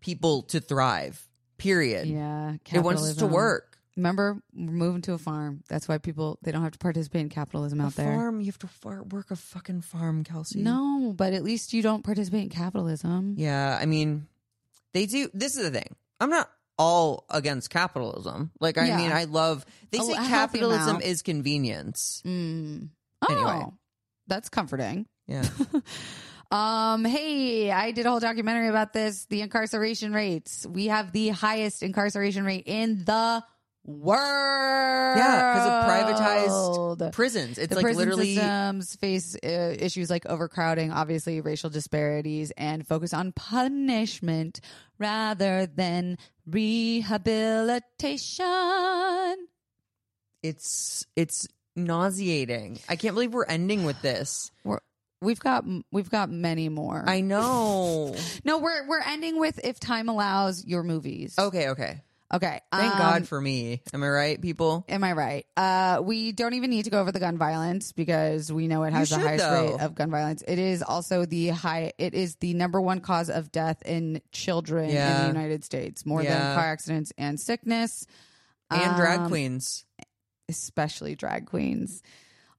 [SPEAKER 1] people to thrive. Period.
[SPEAKER 2] Yeah,
[SPEAKER 1] it wants us to
[SPEAKER 2] capitalism.
[SPEAKER 1] work.
[SPEAKER 2] Remember, we're moving to a farm. That's why people they don't have to participate in capitalism out
[SPEAKER 1] a
[SPEAKER 2] there.
[SPEAKER 1] farm, you have to far, work a fucking farm, Kelsey.
[SPEAKER 2] No, but at least you don't participate in capitalism.
[SPEAKER 1] Yeah, I mean, they do. This is the thing. I'm not all against capitalism. Like, I
[SPEAKER 2] Yeah.
[SPEAKER 1] mean, I love. They
[SPEAKER 2] A-
[SPEAKER 1] say
[SPEAKER 2] a healthy
[SPEAKER 1] capitalism
[SPEAKER 2] amount.
[SPEAKER 1] is convenience.
[SPEAKER 2] Mm. Oh,
[SPEAKER 1] Anyway.
[SPEAKER 2] that's comforting.
[SPEAKER 1] Yeah.
[SPEAKER 2] Um, hey, I did a whole documentary about this. The incarceration rates. We have the highest incarceration rate in the world.
[SPEAKER 1] Yeah, 'cause prisons. It's
[SPEAKER 2] the
[SPEAKER 1] like
[SPEAKER 2] prison
[SPEAKER 1] literally
[SPEAKER 2] systems face uh, issues like overcrowding, obviously racial disparities, and focus on punishment rather than rehabilitation.
[SPEAKER 1] it's it's nauseating. I can't believe we're ending with this.
[SPEAKER 2] We're, we've got we've got many more.
[SPEAKER 1] I know.
[SPEAKER 2] no, we're we're ending with if time allows your movies.
[SPEAKER 1] okay, okay.
[SPEAKER 2] okay.
[SPEAKER 1] Oh. Thank
[SPEAKER 2] um,
[SPEAKER 1] God for me. Am I right, people?
[SPEAKER 2] Am I right? Uh, we don't even need to go over the gun violence because we know it has the
[SPEAKER 1] should,
[SPEAKER 2] highest
[SPEAKER 1] though.
[SPEAKER 2] rate of gun violence. It is also the high. It is the number one cause of death in children in
[SPEAKER 1] Yeah.
[SPEAKER 2] the United States, more
[SPEAKER 1] Yeah.
[SPEAKER 2] than car accidents and sickness,
[SPEAKER 1] And drag
[SPEAKER 2] Um,
[SPEAKER 1] queens.
[SPEAKER 2] especially drag queens.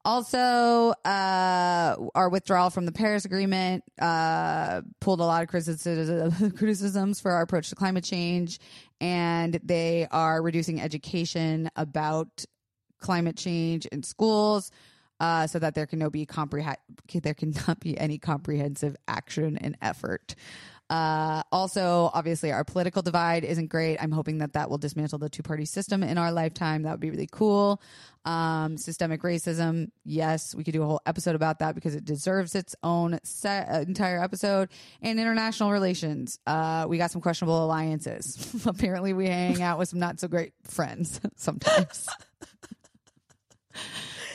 [SPEAKER 2] Also, uh, our withdrawal from the Paris Agreement uh, pulled a lot of criticism, criticisms for our approach to climate change, and they are reducing education about climate change in schools. Uh, so that there can no be comprehend there cannot be any comprehensive action and effort. Uh, also, obviously, our political divide isn't great. I'm hoping that that will dismantle the two party system in our lifetime. That would be really cool. Um, systemic racism, yes, we could do a whole episode about that because it deserves its own set, uh, entire episode. And international relations, uh, we got some questionable alliances. Apparently, we hang out with some not so great friends sometimes.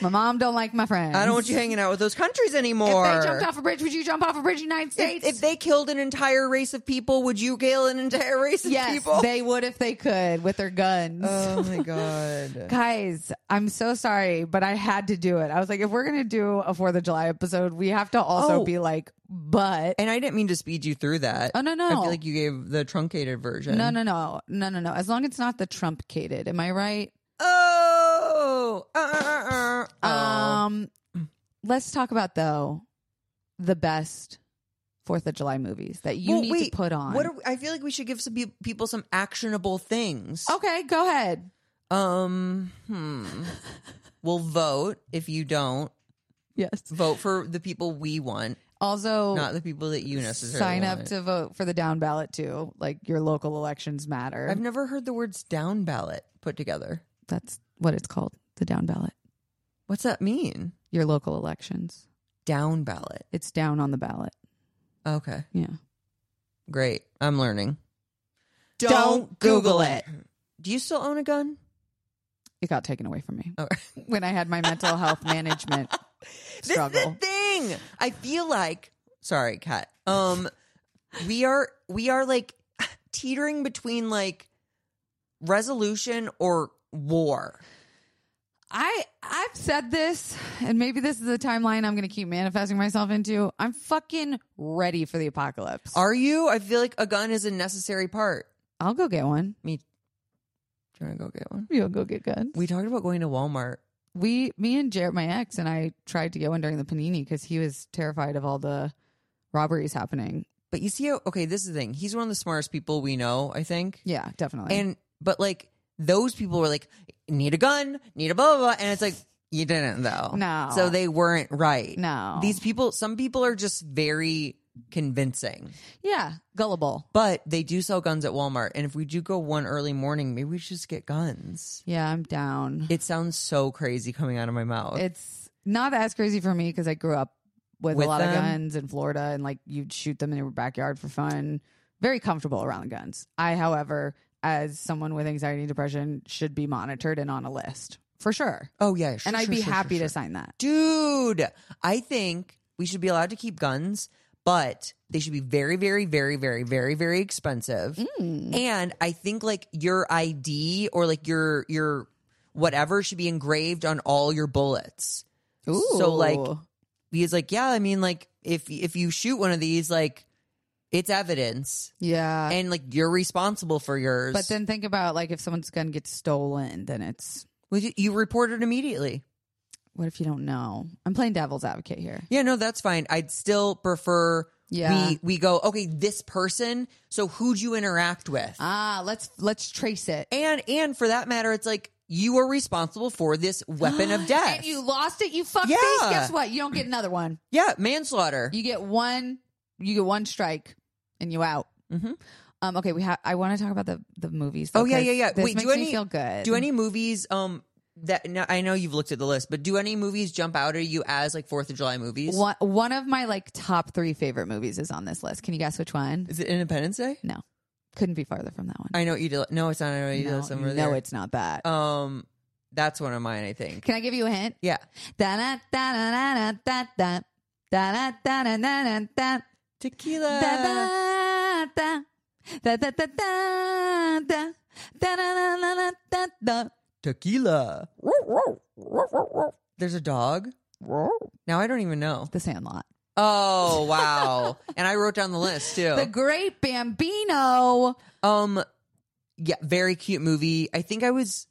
[SPEAKER 2] My mom don't like my friends.
[SPEAKER 1] I don't want you hanging out with those countries anymore.
[SPEAKER 2] If they jumped off a bridge, would you jump off a bridge in the United
[SPEAKER 1] If-
[SPEAKER 2] States?
[SPEAKER 1] if they killed an entire race of people, would you kill an entire race of
[SPEAKER 2] yes,
[SPEAKER 1] people?
[SPEAKER 2] they would if they could with their guns.
[SPEAKER 1] oh my god.
[SPEAKER 2] Guys, I'm so sorry, but I had to do it. I was like, if we're gonna do a Fourth of July episode, we have to also
[SPEAKER 1] Oh.
[SPEAKER 2] be like, but
[SPEAKER 1] And I didn't mean to speed you through that.
[SPEAKER 2] Oh, no, no.
[SPEAKER 1] I feel like you gave the truncated version.
[SPEAKER 2] no, no, no, no, no, no. As long as it's not the Trumpcated, am I right?
[SPEAKER 1] Oh. Uh, uh, uh, uh. Oh.
[SPEAKER 2] Um, let's talk about though the best Fourth of July movies that you
[SPEAKER 1] Well,
[SPEAKER 2] need
[SPEAKER 1] wait,
[SPEAKER 2] to put on.
[SPEAKER 1] What are we, I feel like we should give some peop people some actionable things.
[SPEAKER 2] okay, go ahead.
[SPEAKER 1] Um, hmm. we'll vote. If you don't,
[SPEAKER 2] Yes.
[SPEAKER 1] vote for the people we want,
[SPEAKER 2] Also,
[SPEAKER 1] not the people that you necessarily
[SPEAKER 2] Oh, sign up
[SPEAKER 1] want.
[SPEAKER 2] to vote for the down ballot too. Like your local elections matter.
[SPEAKER 1] I've never heard the words down ballot put together.
[SPEAKER 2] That's what it's called, the down ballot.
[SPEAKER 1] What's that mean?
[SPEAKER 2] Your local elections.
[SPEAKER 1] Down ballot.
[SPEAKER 2] It's down on the ballot.
[SPEAKER 1] Okay,
[SPEAKER 2] Yeah.
[SPEAKER 1] great. I'm learning.
[SPEAKER 2] Don't Google it.
[SPEAKER 1] Do you still own a gun?
[SPEAKER 2] It got taken away from me
[SPEAKER 1] Oh.
[SPEAKER 2] when I had my mental health management
[SPEAKER 1] This is
[SPEAKER 2] struggle.
[SPEAKER 1] the thing. I feel like sorry, Kat. Um we are we are like teetering between like resolution or war.
[SPEAKER 2] I I've said this, and maybe this is the timeline I'm going to keep manifesting myself into. I'm fucking ready for the apocalypse.
[SPEAKER 1] Are you? I feel like a gun is a necessary part.
[SPEAKER 2] I'll go get one.
[SPEAKER 1] Do you wanna go get one?
[SPEAKER 2] You'll go get guns.
[SPEAKER 1] We talked about going to Walmart.
[SPEAKER 2] we me and Jared, my ex, and I tried to get one during the panini because he was terrified of all the robberies happening.
[SPEAKER 1] But you see how okay, this is the thing. He's one of the smartest people we know, I think.
[SPEAKER 2] Yeah, definitely.
[SPEAKER 1] And but like those people were like, need a gun, need a blah blah blah. And it's like, you didn't though.
[SPEAKER 2] No.
[SPEAKER 1] So they weren't right.
[SPEAKER 2] no,
[SPEAKER 1] These people, some people are just very convincing,
[SPEAKER 2] yeah, gullible.
[SPEAKER 1] but they do sell guns at Walmart. And if we do go one early morning, maybe we should just get guns.
[SPEAKER 2] Yeah, I'm down.
[SPEAKER 1] It sounds so crazy coming out of my mouth.
[SPEAKER 2] it's not as crazy for me because I grew up with,
[SPEAKER 1] With
[SPEAKER 2] a lot of
[SPEAKER 1] them?
[SPEAKER 2] guns in Florida, and like you'd shoot them in your backyard for fun. Very comfortable around the guns. I, however, as someone with anxiety and depression, should be monitored and on a list for sure.
[SPEAKER 1] oh, yeah. sure,
[SPEAKER 2] and I'd
[SPEAKER 1] sure,
[SPEAKER 2] be
[SPEAKER 1] sure,
[SPEAKER 2] happy
[SPEAKER 1] sure, sure.
[SPEAKER 2] to sign that.
[SPEAKER 1] Dude, I think we should be allowed to keep guns, but they should be very, very, very, very, very, very expensive. And I think like your ID or like your, your, whatever should be engraved on all your bullets. So, like,
[SPEAKER 2] Ooh.
[SPEAKER 1] he's like, yeah, I mean, like if if you shoot one of these, like it's evidence,
[SPEAKER 2] yeah.
[SPEAKER 1] and like you're responsible for yours.
[SPEAKER 2] But then think about like if someone's gun gets stolen, then it's
[SPEAKER 1] Well, you- you report it immediately.
[SPEAKER 2] what if you don't know? I'm playing devil's advocate here.
[SPEAKER 1] Yeah, no, that's fine. I'd still prefer.
[SPEAKER 2] Yeah.
[SPEAKER 1] we we go okay. This person. So who'd you interact with?
[SPEAKER 2] Ah, let's let's trace it.
[SPEAKER 1] and and for that matter, it's like you are responsible for this weapon of death.
[SPEAKER 2] And you lost it, you fuckface.
[SPEAKER 1] Yeah.
[SPEAKER 2] Guess what? You don't get another one.
[SPEAKER 1] yeah, manslaughter.
[SPEAKER 2] You get one. You get one strike, and you out.
[SPEAKER 1] Mhm.
[SPEAKER 2] Um. Okay. We have. I want to talk about the the movies.
[SPEAKER 1] Oh, yeah,
[SPEAKER 2] 'cause
[SPEAKER 1] yeah, yeah.
[SPEAKER 2] This
[SPEAKER 1] Wait, do
[SPEAKER 2] makes me
[SPEAKER 1] any-
[SPEAKER 2] feel good.
[SPEAKER 1] do any movies? Um, that now, I know you've looked at the list, but do any movies jump out at you as like Fourth of July movies?
[SPEAKER 2] one one of my like top three favorite movies is on this list. Can you guess which one?
[SPEAKER 1] Is it Independence Day?
[SPEAKER 2] No, couldn't be farther from that one.
[SPEAKER 1] I know what you did. No, it's not. I know what you
[SPEAKER 2] no,
[SPEAKER 1] did somewhere
[SPEAKER 2] no,
[SPEAKER 1] there.
[SPEAKER 2] it's not that.
[SPEAKER 1] um, that's one of mine. I think.
[SPEAKER 2] Can I give you a hint?
[SPEAKER 1] Yeah.
[SPEAKER 2] Da da da da da da da da da da da da
[SPEAKER 1] Tequila.
[SPEAKER 2] da da da da da da da da da da da da
[SPEAKER 1] Tequila. There's a dog. Now I don't even know.
[SPEAKER 2] The Sandlot.
[SPEAKER 1] Oh wow! and I wrote down the list too.
[SPEAKER 2] The Great Bambino.
[SPEAKER 1] um, yeah, very cute movie. I think I was.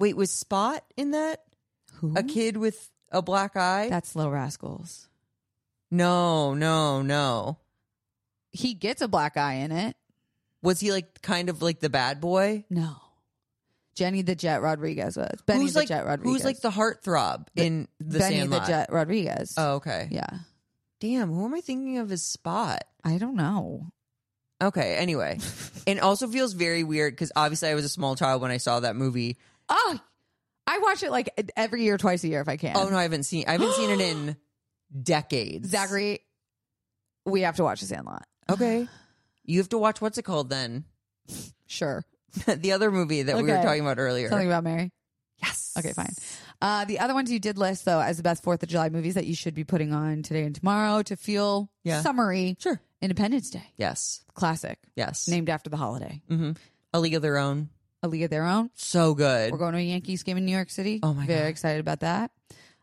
[SPEAKER 1] Wait, was Spot in that?
[SPEAKER 2] Who?
[SPEAKER 1] A kid with a black eye?
[SPEAKER 2] That's Little Rascals.
[SPEAKER 1] no, no, no.
[SPEAKER 2] He gets a black eye in it.
[SPEAKER 1] Was he like kind of like the bad boy?
[SPEAKER 2] No. Jenny the Jet Rodriguez was. Benny
[SPEAKER 1] who's
[SPEAKER 2] the
[SPEAKER 1] like
[SPEAKER 2] Jet Rodriguez.
[SPEAKER 1] who's like the heartthrob in the
[SPEAKER 2] Benny
[SPEAKER 1] Sandlot?
[SPEAKER 2] the Jet Rodriguez.
[SPEAKER 1] Oh, okay.
[SPEAKER 2] Yeah.
[SPEAKER 1] Damn, who am I thinking of as Spot?
[SPEAKER 2] I don't know.
[SPEAKER 1] Okay, anyway. and also feels very weird because obviously I was a small child when I saw that movie.
[SPEAKER 2] Oh, I watch it like e-, every year, twice a year if I can.
[SPEAKER 1] Oh no, I haven't seen I haven't seen it in decades.
[SPEAKER 2] Zachary, we have to watch The Sandlot.
[SPEAKER 1] Okay. You have to watch what's it called then?
[SPEAKER 2] Sure.
[SPEAKER 1] the other movie that we were
[SPEAKER 2] Okay.
[SPEAKER 1] talking about earlier.
[SPEAKER 2] Something about Mary.
[SPEAKER 1] yes.
[SPEAKER 2] Okay, fine. Uh, the other ones you did list though as the best Fourth of July movies that you should be putting on today and tomorrow to feel
[SPEAKER 1] Yeah.
[SPEAKER 2] summary.
[SPEAKER 1] Sure.
[SPEAKER 2] Independence Day,
[SPEAKER 1] Yes.
[SPEAKER 2] classic,
[SPEAKER 1] Yes.
[SPEAKER 2] named after the holiday.
[SPEAKER 1] hmm A League of Their Own.
[SPEAKER 2] A League of Their Own.
[SPEAKER 1] So good.
[SPEAKER 2] We're going to a Yankees game in New York City.
[SPEAKER 1] Oh, my
[SPEAKER 2] Very
[SPEAKER 1] God.
[SPEAKER 2] excited about that.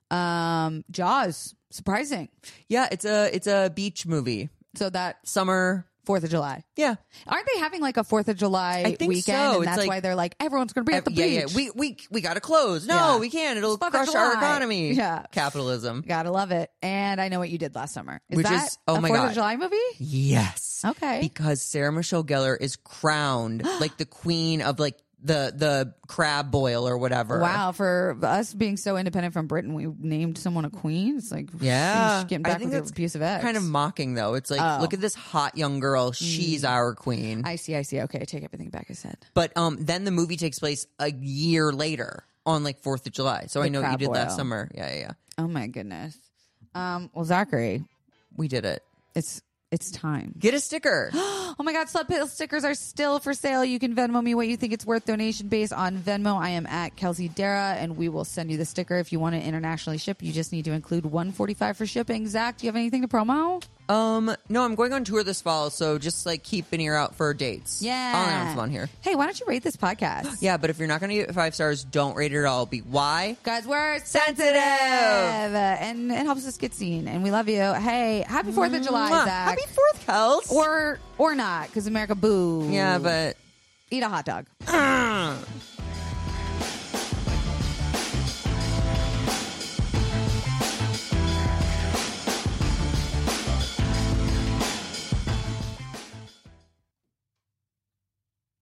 [SPEAKER 2] Um, Jaws, surprising.
[SPEAKER 1] yeah, it's a it's a beach movie.
[SPEAKER 2] So that
[SPEAKER 1] Summer.
[SPEAKER 2] Fourth of July.
[SPEAKER 1] Yeah.
[SPEAKER 2] Aren't they having like a Fourth of July
[SPEAKER 1] I think
[SPEAKER 2] weekend?
[SPEAKER 1] so.
[SPEAKER 2] And
[SPEAKER 1] It's
[SPEAKER 2] that's
[SPEAKER 1] like-
[SPEAKER 2] why they're like everyone's going to be at the
[SPEAKER 1] Ev- yeah,
[SPEAKER 2] beach.
[SPEAKER 1] yeah. We we we gotta close. No,
[SPEAKER 2] Yeah.
[SPEAKER 1] we can't. It'll
[SPEAKER 2] Fourth of
[SPEAKER 1] crush our
[SPEAKER 2] July.
[SPEAKER 1] economy.
[SPEAKER 2] Yeah.
[SPEAKER 1] Capitalism.
[SPEAKER 2] Gotta love it. And I know what you did last summer. Is
[SPEAKER 1] Which
[SPEAKER 2] that
[SPEAKER 1] is- oh
[SPEAKER 2] a
[SPEAKER 1] my
[SPEAKER 2] Fourth
[SPEAKER 1] God.
[SPEAKER 2] of July movie?
[SPEAKER 1] Yes.
[SPEAKER 2] Okay.
[SPEAKER 1] Because Sarah Michelle Gellar is crowned like the queen of like the the crab boil or whatever.
[SPEAKER 2] Wow, for us being so independent from Britain, we named someone a queen. It's like
[SPEAKER 1] Yeah.
[SPEAKER 2] sheesh, getting
[SPEAKER 1] I
[SPEAKER 2] back
[SPEAKER 1] think
[SPEAKER 2] with your
[SPEAKER 1] that's
[SPEAKER 2] piece of eggs.
[SPEAKER 1] Kind of mocking though. It's like,
[SPEAKER 2] Oh. Mm.
[SPEAKER 1] look at this hot young girl. She's our queen.
[SPEAKER 2] I see. I see. Okay, I take everything back I said.
[SPEAKER 1] But um, then the movie takes place a year later on like Fourth of July. So I
[SPEAKER 2] The
[SPEAKER 1] know what you
[SPEAKER 2] crab
[SPEAKER 1] did
[SPEAKER 2] boil.
[SPEAKER 1] last summer. Yeah, yeah, yeah.
[SPEAKER 2] Oh my goodness. Um. Well, Zachary,
[SPEAKER 1] We did it.
[SPEAKER 2] it's it's time.
[SPEAKER 1] Get a sticker.
[SPEAKER 2] Oh my God, Slut Pill stickers are still for sale. You can Venmo me what you think it's worth donation based on Venmo. I am at Kelsey Dara, and we will send you the sticker. If you want to internationally ship, you just need to include 145 for shipping. Zach, do you have anything to promo?
[SPEAKER 1] um, no, I'm going on tour this fall, so just like keep an ear out for dates.
[SPEAKER 2] Yeah.
[SPEAKER 1] I'll announce them on here.
[SPEAKER 2] Hey, why don't you rate this podcast?
[SPEAKER 1] Yeah, but if you're not going to give it five stars, don't rate it at all. Be why?
[SPEAKER 2] Guys, we're
[SPEAKER 1] Sensitive.
[SPEAKER 2] and it helps us get seen, and we love you. Hey, happy 4th of July,
[SPEAKER 1] Mwah.
[SPEAKER 2] Zach.
[SPEAKER 1] Happy Fourth, Kels.
[SPEAKER 2] or, or not, because America boo.
[SPEAKER 1] yeah, but
[SPEAKER 2] Eat a hot dog.